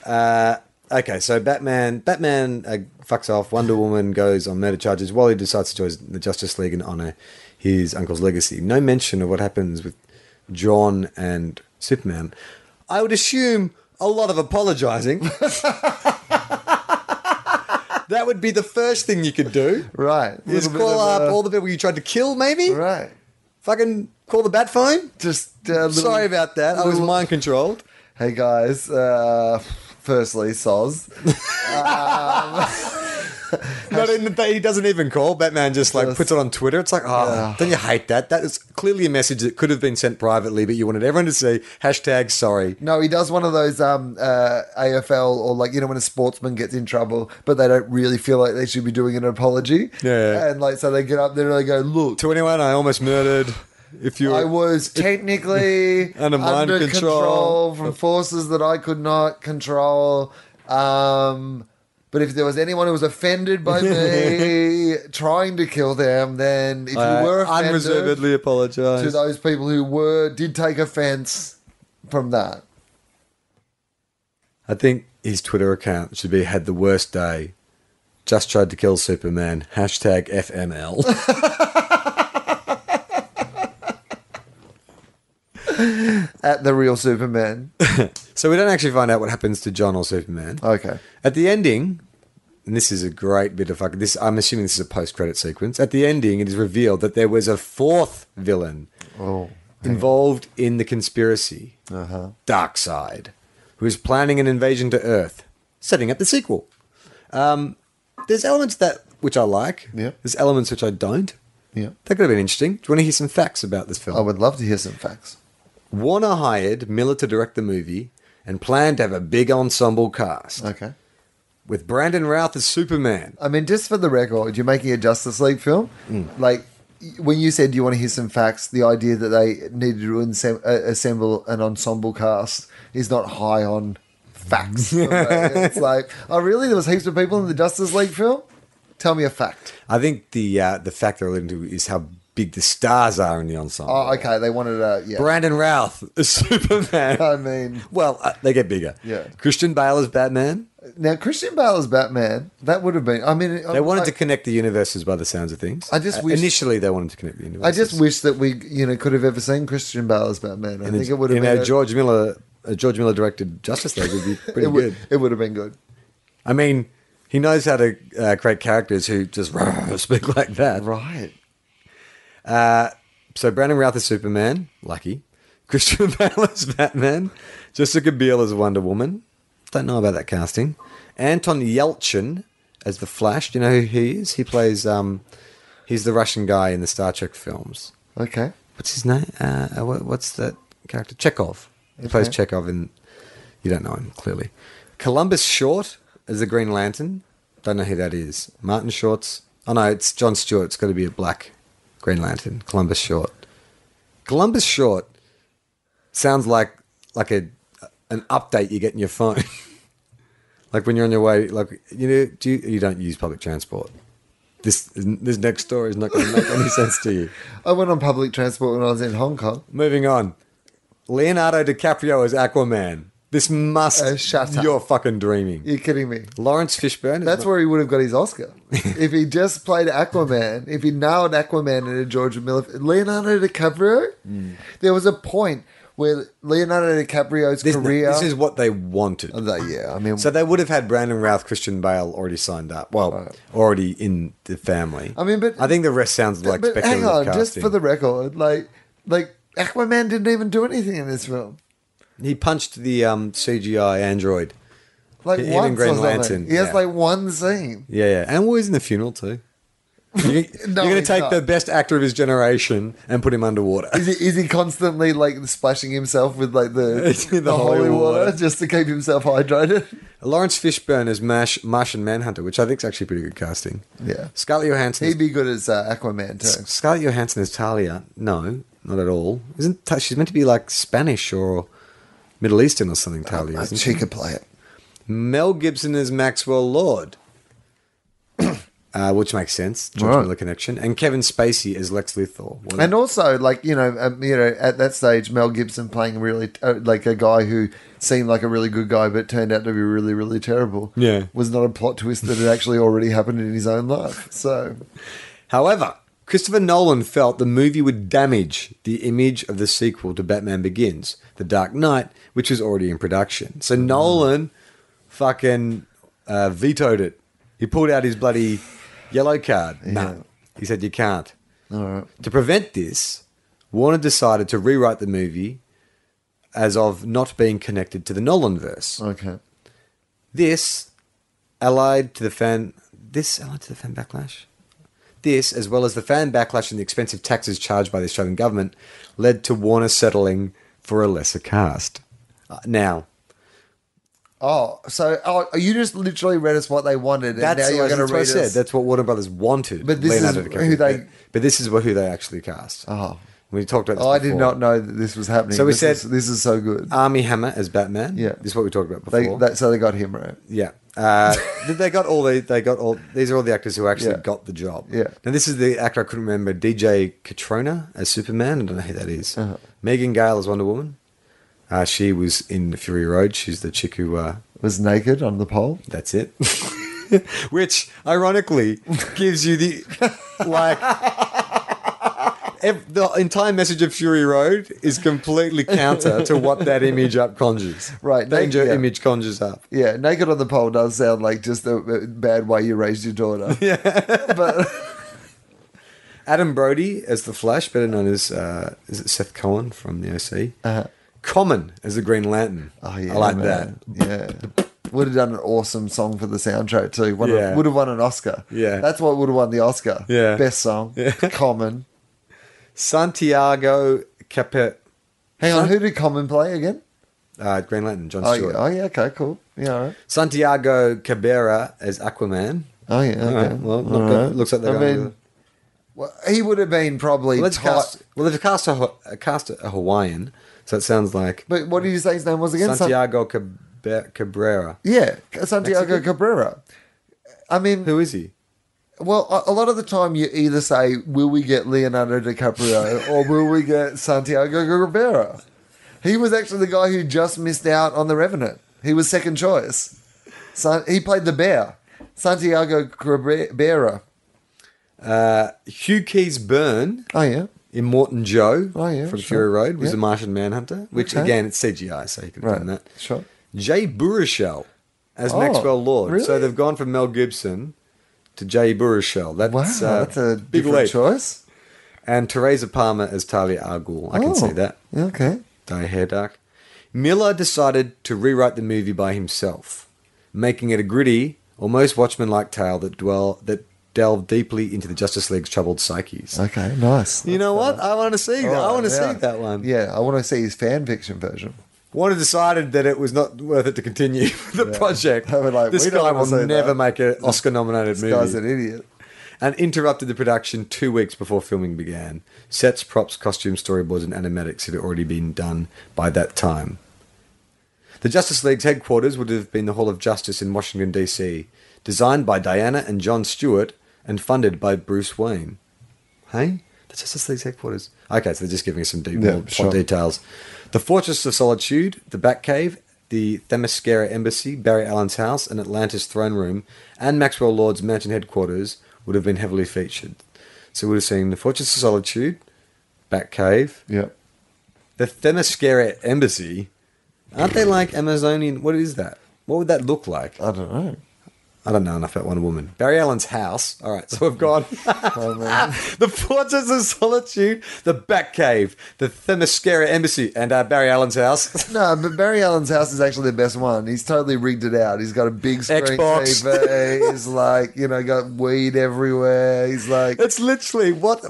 S2: Uh, okay, so Batman Batman uh, fucks off. Wonder Woman goes on murder charges. Wally decides to join the Justice League and honor his uncle's legacy. No mention of what happens with John and Superman. I would assume a lot of apologizing. (laughs) that would be the first thing you could do.
S1: right?
S2: Is
S1: Little bit
S2: call
S1: of,
S2: up
S1: uh,
S2: all the people you tried to kill, maybe?
S1: right.
S2: Fucking call the bat phone?
S1: Just uh, little,
S2: Sorry about that. I was
S1: little-
S2: mind controlled.
S1: Hey guys, uh, firstly, Soz.
S2: Not in the, he doesn't even call. Batman just like
S1: Just-
S2: puts it on Twitter. It's like, oh, don't you hate that? That is clearly a message that could have been sent privately, but you wanted everyone to see. Hashtag sorry.
S1: No, he does one of those um, uh, AFL or like you know when a sportsman gets in trouble, but they don't really feel like they should be doing an apology.
S2: Yeah.
S1: and like so they get up there and they go, "Look,
S2: To anyone I almost murdered, if you
S1: I
S2: were (laughs)
S1: was technically
S2: Under mind
S1: under
S2: control.
S1: control from forces that I could not control." Um, but if there was anyone who was offended
S2: (laughs)
S1: by me trying to kill them, then if you
S2: I
S1: were offended,
S2: Uh, unreservedly
S1: to
S2: apologize.
S1: those people who were did take offense from that.
S2: I think his Twitter account should be had the worst day. Just tried to kill Superman.
S1: (laughs)
S2: Hashtag FML.
S1: At the real
S2: (laughs)
S1: Superman.
S2: so we don't actually find out what happens to John or Superman.
S1: Okay.
S2: At the ending, and this is a great bit of fuck. This I'm assuming this is a post-credit sequence. At the ending, it is revealed that there was a fourth villain
S1: Oh.
S2: involved in the conspiracy,
S1: Uh-huh.
S2: Darkseid, who is planning an invasion to Earth, setting up the sequel. Um, there's elements that which I like.
S1: Yeah.
S2: There's elements which I don't.
S1: Yeah.
S2: That could have been interesting. Do you want to hear some facts about this film?
S1: I would love to hear some facts.
S2: Warner hired Miller to direct the movie and planned to have a big ensemble cast
S1: Okay.
S2: with Brandon Routh as Superman.
S1: I mean, just for the record, you're making a Justice League film.
S2: Mm.
S1: Like, y- when you said you want to hear some facts, the idea that they needed to ensem- uh, assemble an ensemble cast is not high on
S2: (laughs)
S1: facts. it's like, oh, really? There was heaps of people in the Justice League film? Tell me a fact.
S2: I think the uh, the fact they're alluding to is how big the stars are in the ensemble.
S1: Oh, okay. They wanted a. Yeah.
S2: Brandon Routh (laughs) as Superman.
S1: I mean,
S2: well, uh, they get bigger.
S1: Yeah.
S2: Christian Bale as Batman.
S1: now Christian Bale as Batman, that would have been. Um, I mean,
S2: They wanted to connect the universes by the sounds of things.
S1: I just
S2: Uh,
S1: wish-
S2: initially they wanted to connect the universes.
S1: I just wish that we, you know, could have ever seen Christian Bale as Batman. I
S2: And
S1: think it would have
S2: you
S1: been.
S2: know,
S1: a-
S2: George Miller. Uh, George Miller directed Justice League would be pretty
S1: (laughs) it, would,
S2: good.
S1: it would have been good.
S2: I mean, he knows how to uh, create characters who just (laughs) speak like that.
S1: Right.
S2: Uh, So Brandon Routh is Superman, lucky. (laughs) Christian Bale is Batman. Jessica Biel is Wonder Woman. Don't know about that casting. Anton Yelchin as the Flash. Do you know who he is? He plays. Um, he's the Russian guy in the Star Trek films.
S1: Okay.
S2: What's his name? Uh, uh, what, what's that character? Chekhov. He plays
S1: Okay.
S2: Chekhov in. You don't know him clearly. Columbus Short as the Green Lantern. Don't know who that is. Martin Short's. Oh no, it's John Stewart. It's got to be a black Green Lantern. Columbus Short. Columbus Short sounds like like a an update you get in your phone. (laughs) like when you're on your way, like you know, do you, you don't use public transport. This this next story is not going to make any sense to you.
S1: I went on public transport when I was in Hong Kong.
S2: Moving on. Leonardo DiCaprio as Aquaman. This must.
S1: Uh, shut up.
S2: You're fucking dreaming.
S1: You're kidding me.
S2: Lawrence Fishburne. is
S1: That's
S2: one-
S1: where he would have got his
S2: (laughs)
S1: Oscar. if he just played Aquaman, if he nailed Aquaman in a George Miller, Leonardo DiCaprio,
S2: Hmm.
S1: there was a point where Leonardo DiCaprio's
S2: this,
S1: career.
S2: this is what they wanted.
S1: I'm like, yeah, I mean,
S2: So they would have had Brandon Routh, Christian Bale already signed up. Well,
S1: Right.
S2: already in the family.
S1: Uh, I mean, but-
S2: I think the rest sounds like
S1: but hang
S2: speculative
S1: on,
S2: casting.
S1: just for the record, like, like Aquaman didn't even do anything in this film.
S2: He punched the um, CGI android.
S1: Like
S2: Him and
S1: once
S2: Green
S1: or something.
S2: Lantern,
S1: He has
S2: yeah.
S1: like one scene.
S2: Yeah, yeah. And well, he's in the funeral too.
S1: (laughs)
S2: You, are
S1: No,
S2: going to
S1: he's
S2: take
S1: not.
S2: the best actor of his generation and put him underwater.
S1: Is he, is he constantly like splashing himself with like the,
S2: It's
S1: the,
S2: (laughs) the holy
S1: holy water,
S2: water.
S1: just to keep himself hydrated?
S2: Lawrence Fishburne as Mash, Martian Manhunter, which I think is actually pretty good casting.
S1: Yeah.
S2: Scarlett Johansson.
S1: He'd be good as uh, Aquaman
S2: as,
S1: too.
S2: Scarlett Johansson as Talia. No, not at all. Isn't Ta- she's meant to be like Spanish or Middle Eastern or something? Talia.
S1: Uh,
S2: isn't
S1: she
S2: she?
S1: could play it.
S2: Mel Gibson as Maxwell Lord. (coughs) Uh, which makes sense, George
S1: Right.
S2: Miller connection, and Kevin Spacey as Lex Luthor. Well,
S1: And also, like you know, um, you know, at that stage, Mel Gibson playing really uh, like a guy who seemed like a really good guy, but turned out to be really, really terrible.
S2: Yeah.
S1: was not a plot twist that had actually already happened in his own life. So,
S2: However, Christopher Nolan felt the movie would damage the image of the sequel to Batman Begins, The Dark Knight, which was already in production. So Nolan fucking uh, vetoed it. He pulled out his bloody yellow card. No. He said, You can't.
S1: all right,
S2: To prevent this, Warner decided to rewrite the movie as of not being connected to the Nolan verse.
S1: okay,
S2: This allied to the fan this allied to the fan backlash. This, as well as the fan backlash and the expensive taxes charged by the Australian government, led to Warner settling for a lesser cast. Uh, now,
S1: oh, so oh, you just literally read us what they wanted, and
S2: that's,
S1: now you're
S2: that's
S1: going to
S2: what I
S1: read
S2: said.
S1: us.
S2: That's what Warner Brothers wanted.
S1: But this is who they-
S2: But, but this is what, who they actually cast.
S1: Oh.
S2: we talked about. This
S1: oh, I did
S2: before.
S1: not know that this was happening.
S2: So we
S1: This
S2: said-
S1: is- this is so good.
S2: Army Hammer as Batman.
S1: Yeah.
S2: this is what we talked about
S1: They,
S2: before.
S1: that, so they got him right.
S2: Yeah. Uh, (laughs) they got all the, they got all these are all the actors who actually
S1: Yeah.
S2: got the job.
S1: Yeah.
S2: Now this is the actor I couldn't remember, DJ Catrona as Superman. I don't know who that is.
S1: Uh-huh.
S2: Megan Gale as Wonder Woman. Uh, she was in Fury Road. She's the chick who uh,
S1: Was naked on the pole.
S2: that's it. (laughs) Which ironically gives you the like (laughs) ev- the entire message of Fury Road is completely counter to what that image up conjures.
S1: Right, they-
S2: Danger
S1: yeah.
S2: image conjures up.
S1: Yeah, naked on the pole does sound like just a a bad way you raised your
S2: (laughs)
S1: daughter. Yeah, but
S2: Adam Brody as the Flash, better known as uh, is it Seth Cohen from the OC.
S1: Uh-huh.
S2: Common as the Green Lantern.
S1: oh yeah,
S2: I like
S1: man.
S2: that.
S1: Yeah, would have done an awesome song for the soundtrack too. Would
S2: Yeah.
S1: have, would have won an Oscar.
S2: Yeah.
S1: that's what would have won the Oscar.
S2: Yeah.
S1: best song. (laughs) Common.
S2: Santiago Capet.
S1: Hang on, who did Common play again?
S2: Uh, Green Lantern, John
S1: Oh,
S2: Stewart.
S1: yeah, oh yeah, okay, cool. Yeah, all right.
S2: Santiago Cabrera as Aquaman.
S1: Oh yeah,
S2: All
S1: okay.
S2: right, well, look,
S1: All right.
S2: looks like they're
S1: I
S2: going
S1: mean,
S2: with it.
S1: well, he would have been probably.
S2: Well, let's
S1: ti-
S2: cast. Well, they've cast a, Ho- uh, cast a Hawaiian, so it sounds like
S1: But what did you say his name was again? San-
S2: Santiago Cabe- Cabrera.
S1: yeah, Santiago
S2: Mexican?
S1: Cabrera. I mean,
S2: Who is he?
S1: Well, a- a lot of the time you either say, "Will we get Leonardo
S2: (laughs)
S1: DiCaprio?" or "Will we get Santiago Rivera?" He was actually the guy who just missed out on The Revenant. He was second choice. San- he played the bear, Santiago Rivera.
S2: Uh, Hugh Keys Byrne
S1: Oh yeah,
S2: in Morton Joe
S1: Oh, yeah,
S2: from
S1: sure.
S2: Fury Road was
S1: Yeah.
S2: a Martian Manhunter, which
S1: Okay.
S2: again it's CGI, so you could have
S1: right,
S2: done that.
S1: sure.
S2: Jay Baruchel as
S1: Oh,
S2: Maxwell Lord. So
S1: really?
S2: they've gone from Mel Gibson to Jay Baruchel.
S1: Wow,
S2: That's, uh,
S1: that's a
S2: big
S1: different
S2: leap.
S1: choice.
S2: And Teresa Palmer as Talia Al Ghul. I can see
S1: Oh,
S2: that.
S1: Okay,
S2: Dye hair dark. Miller decided to rewrite the movie by himself, making it a gritty, almost Watchmen-like tale that dwell that delved deeply into the Justice League's troubled psyches.
S1: okay, Oh, nice.
S2: You know what? I want to see that. I
S1: Alright,
S2: want to
S1: yeah.
S2: see that one.
S1: Yeah, I want to see his fan fiction version.
S2: Warner decided that it was not worth it to continue (laughs) with the project.
S1: They were like,
S2: this
S1: "We don't
S2: guy
S1: wanna
S2: will
S1: see
S2: never
S1: that.
S2: make an Oscar-nominated
S1: This
S2: movie.
S1: guy's an idiot.
S2: and interrupted the production two weeks before filming began. Sets, props, costumes, storyboards, and animatics had already been done by that time. The Justice League's headquarters would have been the Hall of Justice in Washington, D.C., designed by Diana and John Stewart and funded by Bruce Wayne. Hey? The Justice League's headquarters. Okay, so they're just giving us some deep,
S1: Yeah,
S2: more plot
S1: sure.
S2: details. The Fortress of Solitude, the Batcave, the Themyscira Embassy, Barry Allen's house, and Atlantis throne room, and Maxwell Lord's mansion headquarters would have been heavily featured. So we'd have seen the Fortress of Solitude, Batcave,
S1: Yeah.
S2: the Themyscira Embassy. Aren't they like Amazonian? What is that? What would that look like?
S1: I don't know.
S2: I don't know enough about Wonder Woman. Barry Allen's house. All right, so we've gone.
S1: I mean,
S2: the Fortress of Solitude, the Batcave, the Themyscira Embassy, and uh, Barry Allen's house. (laughs)
S1: No, but Barry Allen's house is actually the best one. He's totally rigged it out. He's got a big screen
S2: Xbox.
S1: TV. He's like, you know, got weed everywhere. He's like,
S2: It's literally what.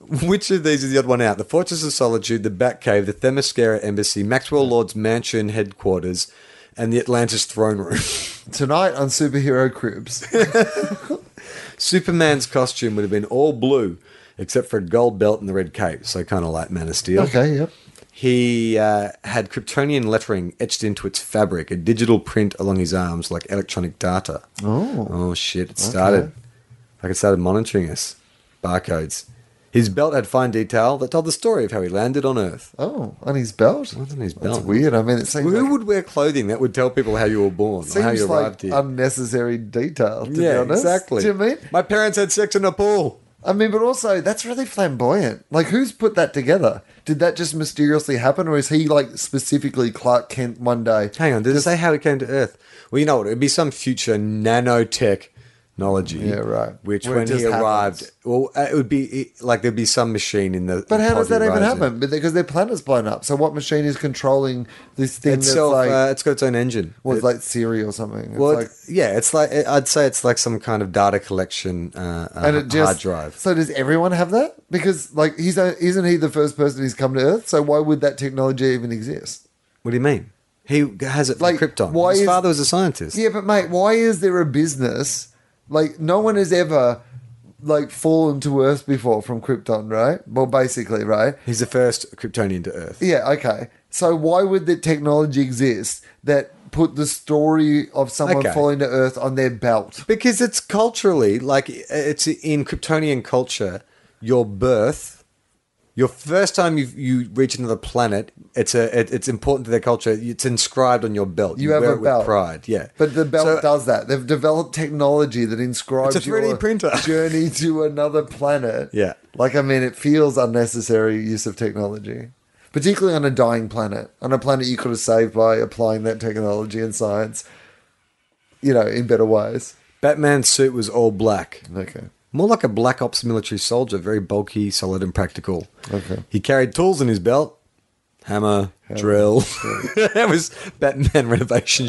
S2: Which of these is the odd one out? The Fortress of Solitude, the Batcave, the Themyscira Embassy, Maxwell Lord's mansion headquarters, and the Atlantis throne room. (laughs)
S1: tonight on Superhero Cribs.
S2: Superman's costume would have been all blue, except for a gold belt and the red cape, so kind of like Man of Steel.
S1: okay, yep.
S2: He uh, had Kryptonian lettering etched into its fabric, a digital print along his arms like electronic data.
S1: Oh.
S2: Oh, shit. It started. Like it started monitoring us. Barcodes. His belt had fine detail that told the story of how he landed on Earth.
S1: Oh, on his belt?
S2: What's on his
S1: That's
S2: belt?
S1: weird. I mean, it seems
S2: Who
S1: like,
S2: would wear clothing that would tell people how you were born or how
S1: seems
S2: you
S1: like
S2: arrived here?
S1: unnecessary detail, to be
S2: yeah,
S1: honest.
S2: exactly.
S1: Do you mean?
S2: My parents had sex in a pool.
S1: I mean, but also, that's really flamboyant. Like, who's put that together? Did that just mysteriously happen, or is he, like, specifically Clark Kent one day?
S2: Hang on, did it say how he came to Earth? Well, you know what? It'd be some future nanotech. Technology,
S1: Yeah, right.
S2: Which,
S1: Where it
S2: when he
S1: just happens.
S2: arrived, well, uh, it would be it- like there'd be some machine in the.
S1: But how
S2: pod
S1: does
S2: he
S1: that even
S2: arrives in.
S1: happen? But because their planet's blown up, so what machine is controlling this thing
S2: It's
S1: that's
S2: self,
S1: like
S2: uh, it's got its own engine.
S1: well, it's
S2: It-
S1: like Siri or something? It's
S2: well,
S1: like,
S2: it- yeah, it's like I'd say it's like some kind of data collection uh, uh,
S1: and it just
S2: hard drive.
S1: So does everyone have that? Because like he's a, isn't he the first person who's come to Earth? So why would that technology even exist?
S2: What do you mean? He has it from
S1: Like,
S2: Krypton.
S1: why
S2: His
S1: is-
S2: father was a scientist.
S1: Yeah, but mate, why is there a business? Like no one has ever like fallen to Earth before from Krypton, right? Well, basically, right?
S2: He's the first Kryptonian to Earth.
S1: Yeah, okay. So why would the technology exist that put the story of someone
S2: Okay.
S1: falling to Earth on their belt?
S2: Because it's culturally like it's in Kryptonian culture, your birth, your first time you you reach another planet, it's a it, it's important to their culture. It's inscribed on your belt.
S1: You have
S2: wear
S1: a
S2: it with
S1: belt.
S2: pride. Yeah,
S1: But the belt
S2: So-
S1: does that. They've developed technology that inscribes
S2: It's a 3D
S1: your
S2: printer. (laughs)
S1: journey to another planet.
S2: Yeah.
S1: Like, I mean, it feels unnecessary use of technology, particularly on a dying planet, on a planet you could have saved by applying that technology and science, you know, in better ways.
S2: Batman's suit was all black.
S1: Okay.
S2: More like a black ops military soldier, very bulky, solid, and practical.
S1: Okay.
S2: He carried tools in his belt. hammer, drill. (laughs) that was Batman (laughs) renovation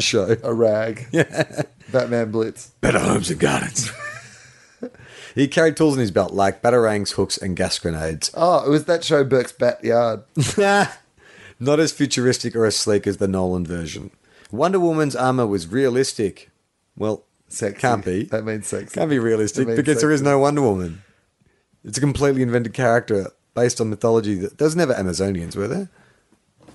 S1: (laughs)
S2: show.
S1: A rag. Yeah. Batman Blitz.
S2: Better homes and gardens. (laughs) he carried tools in his belt like batarangs, hooks, and
S1: (laughs)
S2: gas grenades.
S1: Oh, it was that show, Burke's Bat Yard.
S2: Not as futuristic or as sleek as the Nolan version. Wonder Woman's armor was realistic. Well,
S1: Sexy.
S2: can't be.
S1: (laughs) That means sexy.
S2: Can't be
S1: That
S2: realistic
S1: means
S2: because there is
S1: sexy.
S2: no Wonder Woman. It's a completely invented character based on mythology that there was never Amazonians, were there?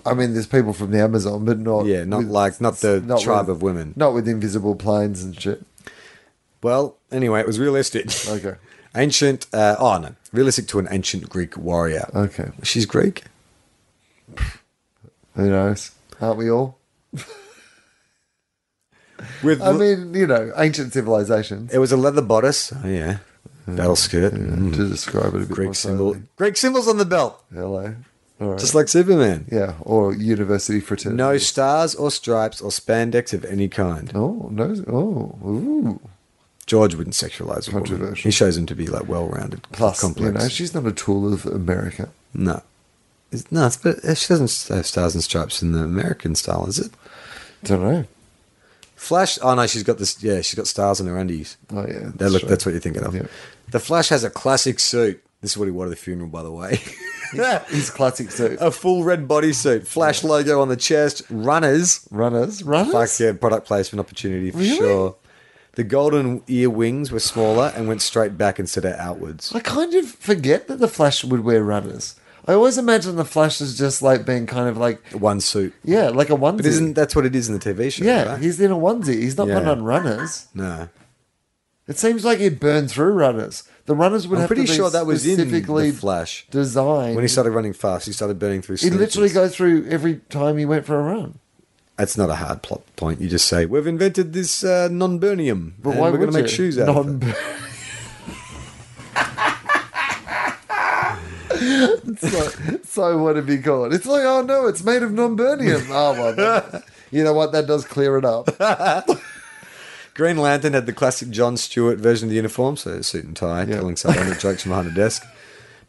S1: I mean, there's people from the Amazon, but not.
S2: Yeah, not like not the
S1: not
S2: tribe
S1: with-
S2: of women.
S1: Not with invisible planes and shit.
S2: Well, anyway, it was realistic.
S1: Okay.
S2: (laughs) ancient. Uh, oh no, realistic to an ancient Greek warrior.
S1: Okay.
S2: she's Greek.
S1: Who knows? Aren't we all?
S2: With
S1: I mean, you know, ancient civilizations.
S2: it was a leather bodice. Oh yeah, battle skirt.
S1: To describe it a bit
S2: Hmm. Greek
S1: more
S2: symbol.
S1: slowly.
S2: Greek symbols on the belt,
S1: Hello. All right.
S2: just like Superman.
S1: yeah, or university fraternity.
S2: No stars or stripes or spandex of any kind.
S1: Oh, no. Oh, ooh.
S2: George wouldn't sexualize a woman.
S1: Controversial.
S2: He shows him to be like well-rounded,
S1: Plus,
S2: complex.
S1: you know, she's not a tool of America.
S2: no, it's, no, it's, but she doesn't have stars and stripes in the American style, is it?
S1: Don't know.
S2: Flash. Oh no, she's got this. Yeah, she's got stars on her undies.
S1: Oh, yeah.
S2: That look,
S1: true.
S2: that's what you're thinking of.
S1: Yeah.
S2: The Flash has a classic suit. This is what he wore to the funeral, by the way. (laughs)
S1: (laughs) His classic suit.
S2: a full red bodysuit, Flash logo on the chest, runners.
S1: Runners. Runners?
S2: Fuck yeah, product placement opportunity for
S1: Really?
S2: sure. The golden ear wings were smaller and went straight back instead of outwards.
S1: I kind of forget that the Flash would wear runners. I always imagine the Flash as just like being kind of like,
S2: One suit.
S1: yeah, like a onesie.
S2: But isn't that's what it is in the TV show?
S1: yeah,
S2: right?
S1: he's in a onesie. He's not
S2: Yeah.
S1: putting on runners.
S2: no.
S1: It seems like he'd burn through runners. The runners would
S2: I'm
S1: have to
S2: pretty
S1: be
S2: sure that was in
S1: specifically
S2: the Flash.
S1: designed.
S2: When he started running fast, he started burning through.
S1: he'd literally
S2: sneakers.
S1: go through every time he went for a run.
S2: That's not a hard plot point. You just say we've invented this uh, non-burnium,
S1: But
S2: and
S1: why
S2: we're
S1: would
S2: going to make
S1: you?
S2: shoes out of it.
S1: Non- (laughs) so, so what have you called? It's like, oh no, it's made of non-burnium. Oh well, that- you know what? That does clear it
S2: (laughs)
S1: up.
S2: Green Lantern had the classic John Stewart version of the uniform, so suit and tie,
S1: Yeah.
S2: telling sardonic jokes from behind a desk.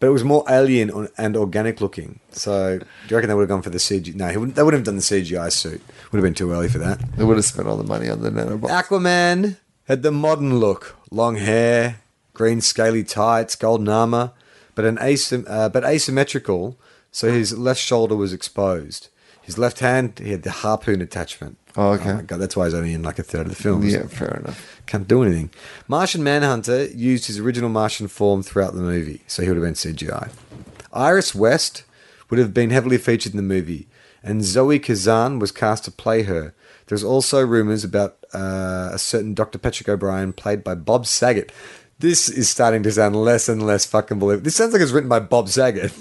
S2: But it was more alien on- and organic looking. So do you reckon they would have gone for the CGI? No, he wouldn't, they wouldn't have done the CGI suit. Would have been too early for that.
S1: They would have spent all the money on the nanobot.
S2: Aquaman had the modern look: long hair, green scaly tights, golden armor, but an asym- uh, but asymmetrical, so his left shoulder was exposed. His left hand, he had the harpoon attachment.
S1: Oh, okay.
S2: my god, that's why he's only in like a third of the film. isn't
S1: Yeah, fair enough.
S2: can't do anything. Martian Manhunter used his original Martian form throughout the movie, so he would have been CGI. Iris West would have been heavily featured in the movie, and Zoe Kazan was cast to play her. There's also rumors about uh, a certain Dr. Patrick O'Brien, played by Bob Saget. This is starting to sound less and less fucking believable. This sounds like it's written by Bob Saget.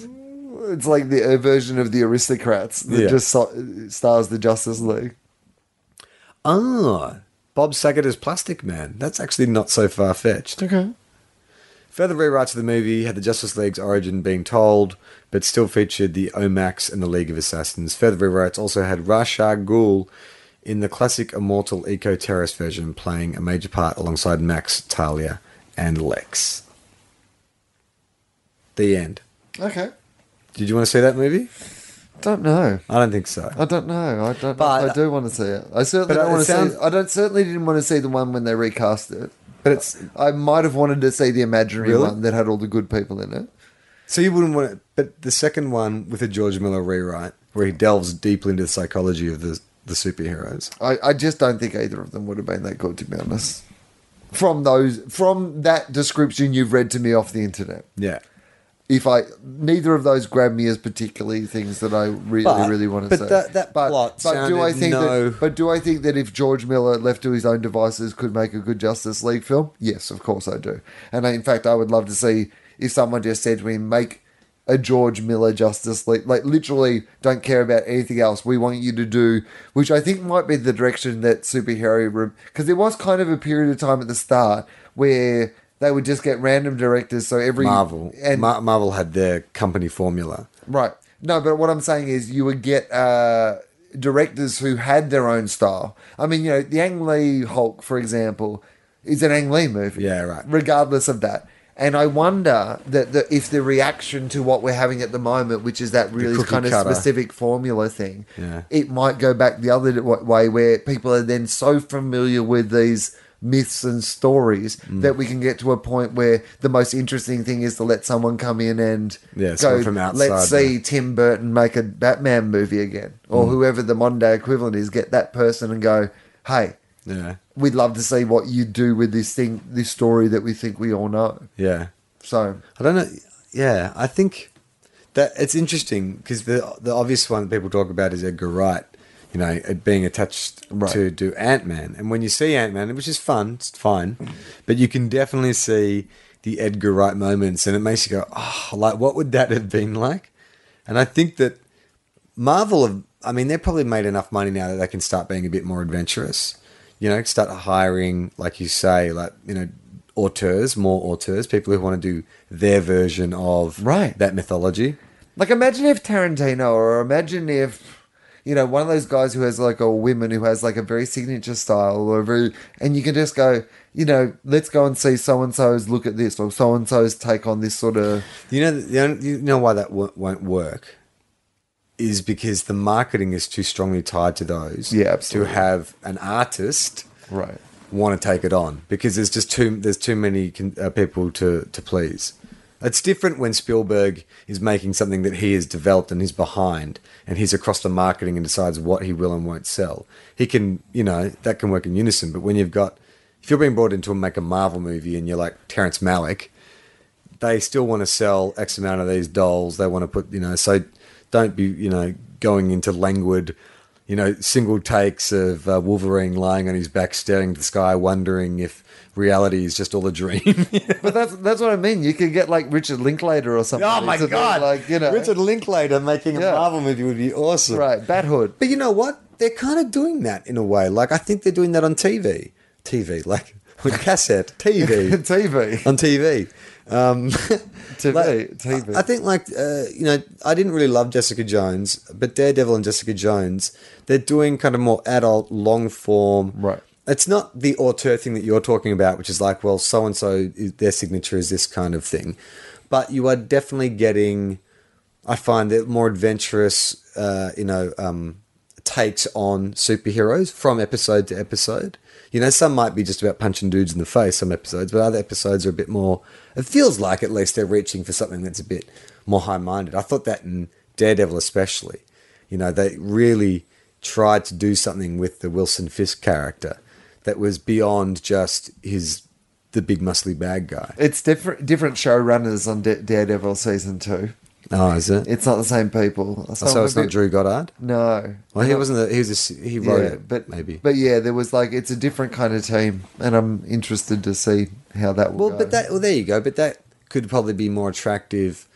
S1: It's like the uh, version of the aristocrats that
S2: Yeah.
S1: just so- stars the Justice League.
S2: Ah, Bob Saget as Plastic Man. That's actually not so far fetched.
S1: Okay.
S2: Further rewrites of the movie had the Justice League's origin being told, but still featured the Omax and the League of Assassins. Further rewrites also had Rashar Ghul in the classic Immortal Eco Terrorist version playing a major part alongside Max, Talia, and Lex. The end.
S1: Okay.
S2: Did you want to see that movie?
S1: Don't know.
S2: I don't think so.
S1: I don't know. I don't.
S2: But-
S1: I do want to see it. I certainly
S2: But
S1: don't
S2: it
S1: want to
S2: sounds-
S1: see. I don't certainly didn't want to see the one when they recast it.
S2: But it's
S1: I might have wanted to see the imaginary
S2: Really?
S1: one that had all the good people in it.
S2: so you wouldn't want it. But the second one with a George Miller rewrite, where he delves deeply into the psychology of the the superheroes.
S1: I, I just don't think either of them would have been that good, to be honest. From those, from that description you've read to me off the internet,
S2: Yeah.
S1: if I neither of those grab me as particularly things that I really,
S2: But-
S1: really want to
S2: but
S1: see.
S2: that- that plot sounded
S1: think
S2: no-
S1: that? But do I think that if George Miller left to his own devices could make a good Justice League film? Yes, of course I do. And I, in fact, I would love to see if someone just said to me, "Make a George Miller Justice League," like literally, don't care about anything else. We want you to do, which I think might be the direction that superhero because there was kind of a period of time at the start where. They would just get random directors, so every
S2: Marvel.
S1: and
S2: Mar- Marvel had their company formula.
S1: Right. No, but what I'm saying is you would get uh, directors who had their own style. I mean, you know, the Ang Lee Hulk, for example, is an Ang Lee movie.
S2: Yeah, right.
S1: Regardless of that. And I wonder that the, if the reaction to what we're having at the moment, which is that really
S2: cookie
S1: kind of
S2: cutter.
S1: specific formula thing,
S2: Yeah.
S1: it might go back the other w- way where people are then so familiar with these myths and stories
S2: Mm.
S1: that we can get to a point where the most interesting thing is to let someone come in and
S2: Yeah, someone from outside Mm.
S1: let's see Tim Burton make a Batman movie again, or whoever the Monday equivalent is, get that person and go, hey,
S2: Yeah.
S1: we'd love to see what you do with this thing, this story that we think we all know.
S2: Yeah.
S1: So
S2: I don't know. Yeah, I think that it's interesting because the the obvious one that people talk about is Edgar Wright, you know, it being attached
S1: Right.
S2: to do Ant Man, and when you see Ant Man, which is fun, it's fine, but you can definitely see the Edgar Wright moments, and it makes you go, oh, like what would that have been like? And I think that Marvel have, I mean, they've probably made enough money now that they can start being a bit more adventurous. You know, start hiring, like you say, like, you know, auteurs, more auteurs, people who want to do their version of
S1: Right.
S2: that mythology.
S1: Like, imagine if Tarantino, or imagine if, you know, one of those guys who has like a woman who has like a very signature style, or a very, and you can just go, you know, let's go and see so and so's look at this, or so and so's take on this sort of.
S2: You know, the only- you know why that wo- won't work is because the marketing is too strongly tied to those.
S1: Yeah, absolutely.
S2: To have an artist
S1: Right.
S2: want to take it on because there's just too there's too many con- uh, people to to please. It's different when Spielberg is making something that he has developed and he's behind, and he's across the marketing and decides what he will and won't sell. He can, you know, that can work in unison. But when you've got, if you're being brought in to make a Marvel movie and you're like Terrence Malick, they still want to sell X amount of these dolls. They want to put, you know, so don't be, you know, going into languid, you know, single takes of uh, Wolverine lying on his back, staring at the sky, wondering if reality is just all a dream. (laughs)
S1: But that's that's what I mean. You could get like Richard Linklater or something. to do, Like you know,
S2: Oh Richard Linklater making a
S1: Yeah.
S2: Marvel movie would be awesome.
S1: right? Bathood.
S2: But you know what? They're kind of doing that in a way. Like, I think they're doing that on TV. TV, like, on cassette,
S1: (laughs)
S2: (laughs) TV.
S1: TV.
S2: on TV. Um,
S1: TV,
S2: like,
S1: TV.
S2: I, I think, like, uh, you know, I didn't really love Jessica Jones, but Daredevil and Jessica Jones, they're doing kind of more adult, long form.
S1: Right.
S2: It's not the auteur thing that you're talking about, which is like, well, so and so, their signature is this kind of thing. But you are definitely getting, I find that more adventurous, uh, you know, um, takes on superheroes from episode to episode. You know, some might be just about punching dudes in the face, some episodes, but other episodes are a bit more. It feels like at least they're reaching for something that's a bit more high minded. I thought that in Daredevil, especially. You know, they really tried to do something with the Wilson Fisk character that was beyond just his the big muscly bad guy.
S1: It's different. Different showrunners on Da- Daredevil season two.
S2: Oh, is it?
S1: It's not the same people.
S2: Oh, so it's not Drew Goddard.
S1: No.
S2: Well, he wasn't. The, he was. A, s- he wrote
S1: Yeah,
S2: it,
S1: but
S2: maybe.
S1: But yeah, there was like it's a different kind of team, and I'm interested to see how that will
S2: well,
S1: go.
S2: but that. Well, there you go. But that could probably be more attractive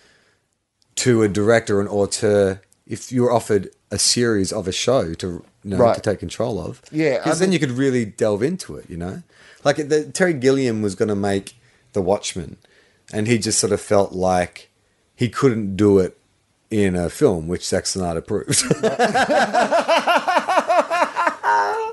S2: to a director and auteur if you were offered a series of a show to you know,
S1: Right.
S2: to take control of.
S1: Yeah, I
S2: because then you could really delve into it. You know, like the, Terry Gilliam was going to make The Watchmen, and he just sort of felt like he couldn't do it in a film, which Zack Snyder approved. (laughs)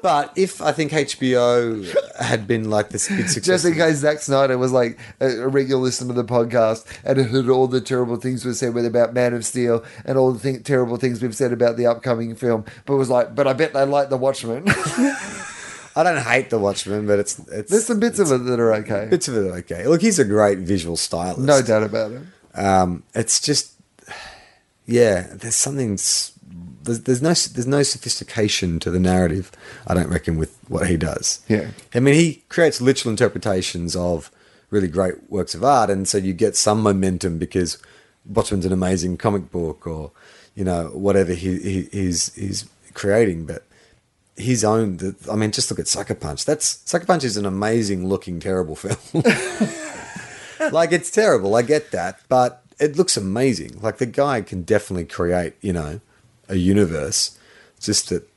S2: But if I think HBO had been like this big success,
S1: just in case Zack Snyder was like a, a regular listener to the podcast and heard all the terrible things we said with about Man of Steel and all the thing, terrible things we've said about the upcoming film, but was like, but I bet they like The Watchmen. (laughs)
S2: I don't hate The Watchmen, but it's it's
S1: There's some bits of it that are okay.
S2: bits of it are okay. Look, he's a great visual stylist.
S1: No doubt about it.
S2: Um, it's just yeah, there's something s- there's, there's no there's no sophistication to the narrative. I don't reckon with what he does.
S1: Yeah.
S2: I mean he creates literal interpretations of really great works of art, and so you get some momentum because Botman's an amazing comic book or you know whatever he, he he's he's creating, but. His own, the, I mean, just look at Sucker Punch. That's Sucker Punch is an amazing looking, terrible (laughs) film. like it's terrible. I get that, but it looks amazing. Like the guy can definitely create, you know, a universe. It's Just that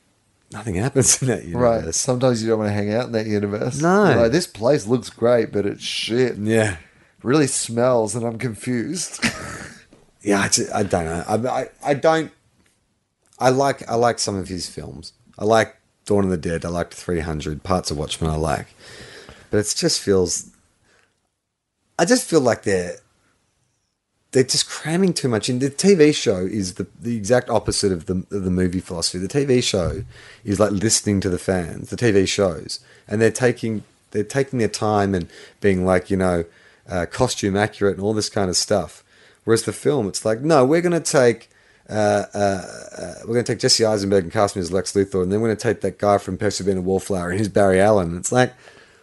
S2: nothing (laughs) happens in that
S1: Right.
S2: universe.
S1: Sometimes you don't want to hang out in that universe.
S2: No.
S1: You're Like, this place looks great, but it's shit.
S2: Yeah,
S1: Really smells, and I'm confused. (laughs)
S2: yeah. I, just, I don't know. I, I I don't. I like I like some of his films. I like Dawn of the Dead. I liked Three Hundred. Parts of Watchmen. I like, but it just feels. I just feel like they're they're just cramming too much in. The TV show is the, the exact opposite of the of the movie philosophy. The TV show is like listening to the fans. The TV shows, and they're taking they're taking their time and being like you know uh, costume accurate and all this kind of stuff. Whereas the film, it's like no, we're gonna take. Uh, uh, uh, we're going to take Jesse Eisenberg and cast him as Lex Luthor, and then we're going to take that guy from Percy Being a Wallflower and he's Barry Allen. It's like,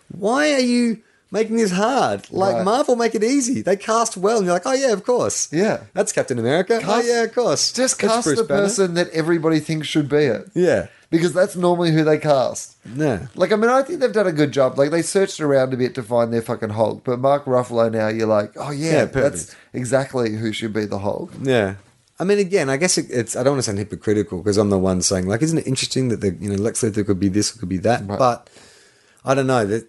S2: why are you making this hard? Like
S1: Right.
S2: Marvel, "Oh, make it easy. They cast well, and you're like, oh yeah, of course,
S1: Yeah.
S2: that's Captain America.
S1: Cast-
S2: oh yeah, of course.
S1: Just
S2: That's
S1: cast
S2: Bruce
S1: the
S2: Banner.
S1: person that everybody thinks should be it.
S2: Yeah,
S1: Because that's normally who they cast.
S2: no.
S1: Like, I mean, I think they've done a good job. Like, they searched around a bit to find their fucking Hulk, but Mark Ruffalo now, you're like, oh, yeah,
S2: Yeah, perfect.
S1: that's exactly who should be the Hulk.
S2: Yeah. I mean, again, I guess it, it's. I don't want to sound hypocritical because I'm the one saying, like, isn't it interesting that the you know Lex Luthor could be this, could be that,
S1: Right.
S2: but I don't know. That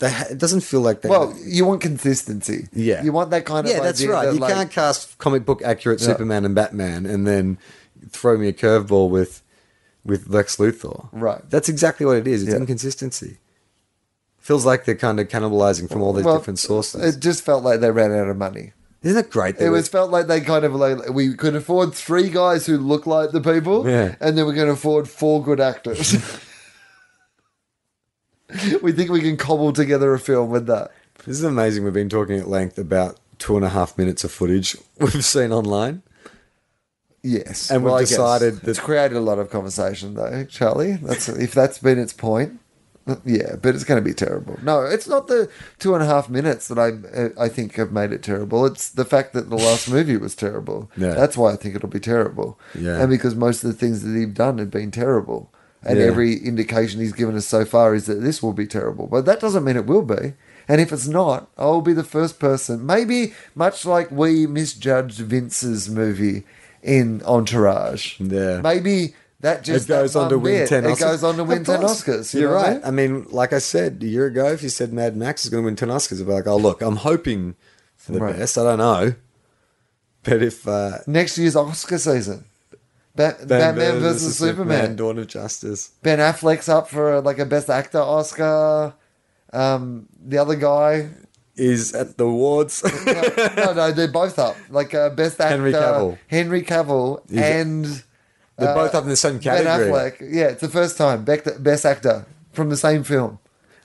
S2: they, ha it doesn't feel like they.
S1: Well, you want consistency.
S2: Yeah.
S1: You want that kind of
S2: yeah, that's
S1: idea
S2: right.
S1: that,
S2: you
S1: like,
S2: can't cast comic book accurate
S1: Yeah.
S2: Superman and Batman and then throw me a curveball with with Lex Luthor.
S1: Right.
S2: That's exactly what it is. It's
S1: Yeah.
S2: inconsistency. Feels like they're kind of cannibalizing from all these
S1: well,
S2: different sources.
S1: It just felt like they ran out of money.
S2: Isn't that great? that
S1: It
S2: we-
S1: was felt like they kind of like we could afford three guys who look like the people,
S2: Yeah.
S1: and then we're going to afford four good
S2: (laughs)
S1: actors. (laughs) we think we can cobble together a film with that.
S2: This is amazing. We've been talking at length about two and a half minutes of footage (laughs) we've seen online.
S1: Yes,
S2: And we've
S1: I guess
S2: decided that-
S1: it's created a lot of conversation, though, Charlie. That's if that's been its point. Yeah, but it's going to be terrible. No, it's not the two and a half minutes that I I think have made it terrible. It's the fact that the
S2: (laughs)
S1: last movie was terrible.
S2: Yeah.
S1: that's why I think it'll be terrible.
S2: Yeah.
S1: and because most of the things that he's done have been terrible, and
S2: Yeah.
S1: every indication he's given us so far is that this will be terrible. But that doesn't mean it will be. And if it's not, I'll be the first person. Maybe much like we misjudged Vince's movie in Entourage.
S2: Yeah.
S1: Maybe that just
S2: it goes
S1: that
S2: on to
S1: one
S2: win
S1: bit,
S2: ten.
S1: It
S2: Oscars.
S1: goes on to
S2: Of
S1: win ten
S2: course.
S1: Oscars. You
S2: You're
S1: know what I
S2: right.
S1: mean?
S2: I mean, like I said a year ago, if you said Mad Max is going to win ten Oscars, I'd be like, oh look, I'm hoping for the
S1: Right.
S2: best. I don't know, but if uh,
S1: Next year's Oscar season. Ba- Batman versus Superman.
S2: Dawn of Justice,
S1: Ben Affleck's up for like a Best Actor Oscar. Um, the other guy,
S2: is at the awards. (laughs)
S1: no, no, no, they're both up. Like uh, best actor,
S2: Henry Cavill.
S1: Henry Cavill,
S2: Is it-
S1: and
S2: They're
S1: uh,
S2: both up in the same
S1: Ben
S2: category.
S1: Affleck. Yeah, it's the first time Bec- best actor from the same film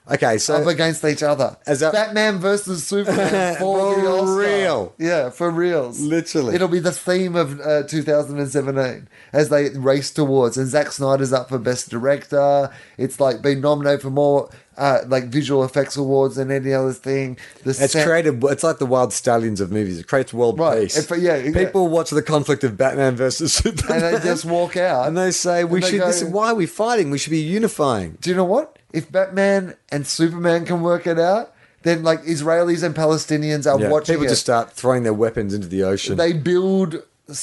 S2: Okay, so
S1: up against each other.
S2: As that-
S1: Batman versus Superman for,
S2: (laughs) For
S1: the Oscar.
S2: real.
S1: Yeah, for reals.
S2: Literally.
S1: it'll be the theme of uh, 2017 as they race towards. And Zack Snyder's up for best director. It's like been nominated for more. Uh, like visual effects awards than any other thing. The
S2: It's
S1: sound-
S2: created. It's like the wild stallions of movies. It creates world
S1: Right.
S2: peace.
S1: If- yeah, yeah.
S2: People watch the conflict of Batman versus Superman,
S1: and they just walk out.
S2: (laughs) and they say, "We
S1: and they
S2: should. this
S1: go-
S2: is why are we fighting? We should be unifying."
S1: Do you know what? If Batman and Superman can work it out, then like Israelis and Palestinians are
S2: Yeah,
S1: watching
S2: People
S1: it.
S2: just start throwing their weapons into the ocean.
S1: they build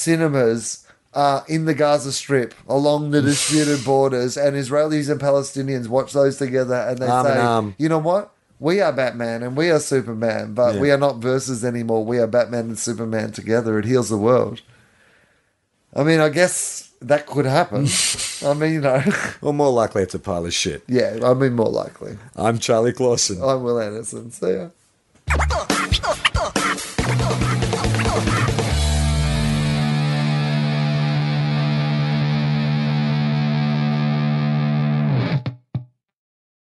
S1: cinemas uh, in the Gaza Strip along the disputed borders, and Israelis and Palestinians watch those together, and they
S2: Arm in
S1: say,
S2: arm.
S1: "You know what? We are Batman and we are Superman, but
S2: Yeah.
S1: we are not versus anymore. We are Batman and Superman together. It heals the world." I mean, I guess that could
S2: (laughs)
S1: happen. I mean, you know,
S2: or more likely, it's a pile of shit.
S1: yeah, I mean, more likely.
S2: I'm Charlie Clausen.
S1: I'm Will Anderson. See ya.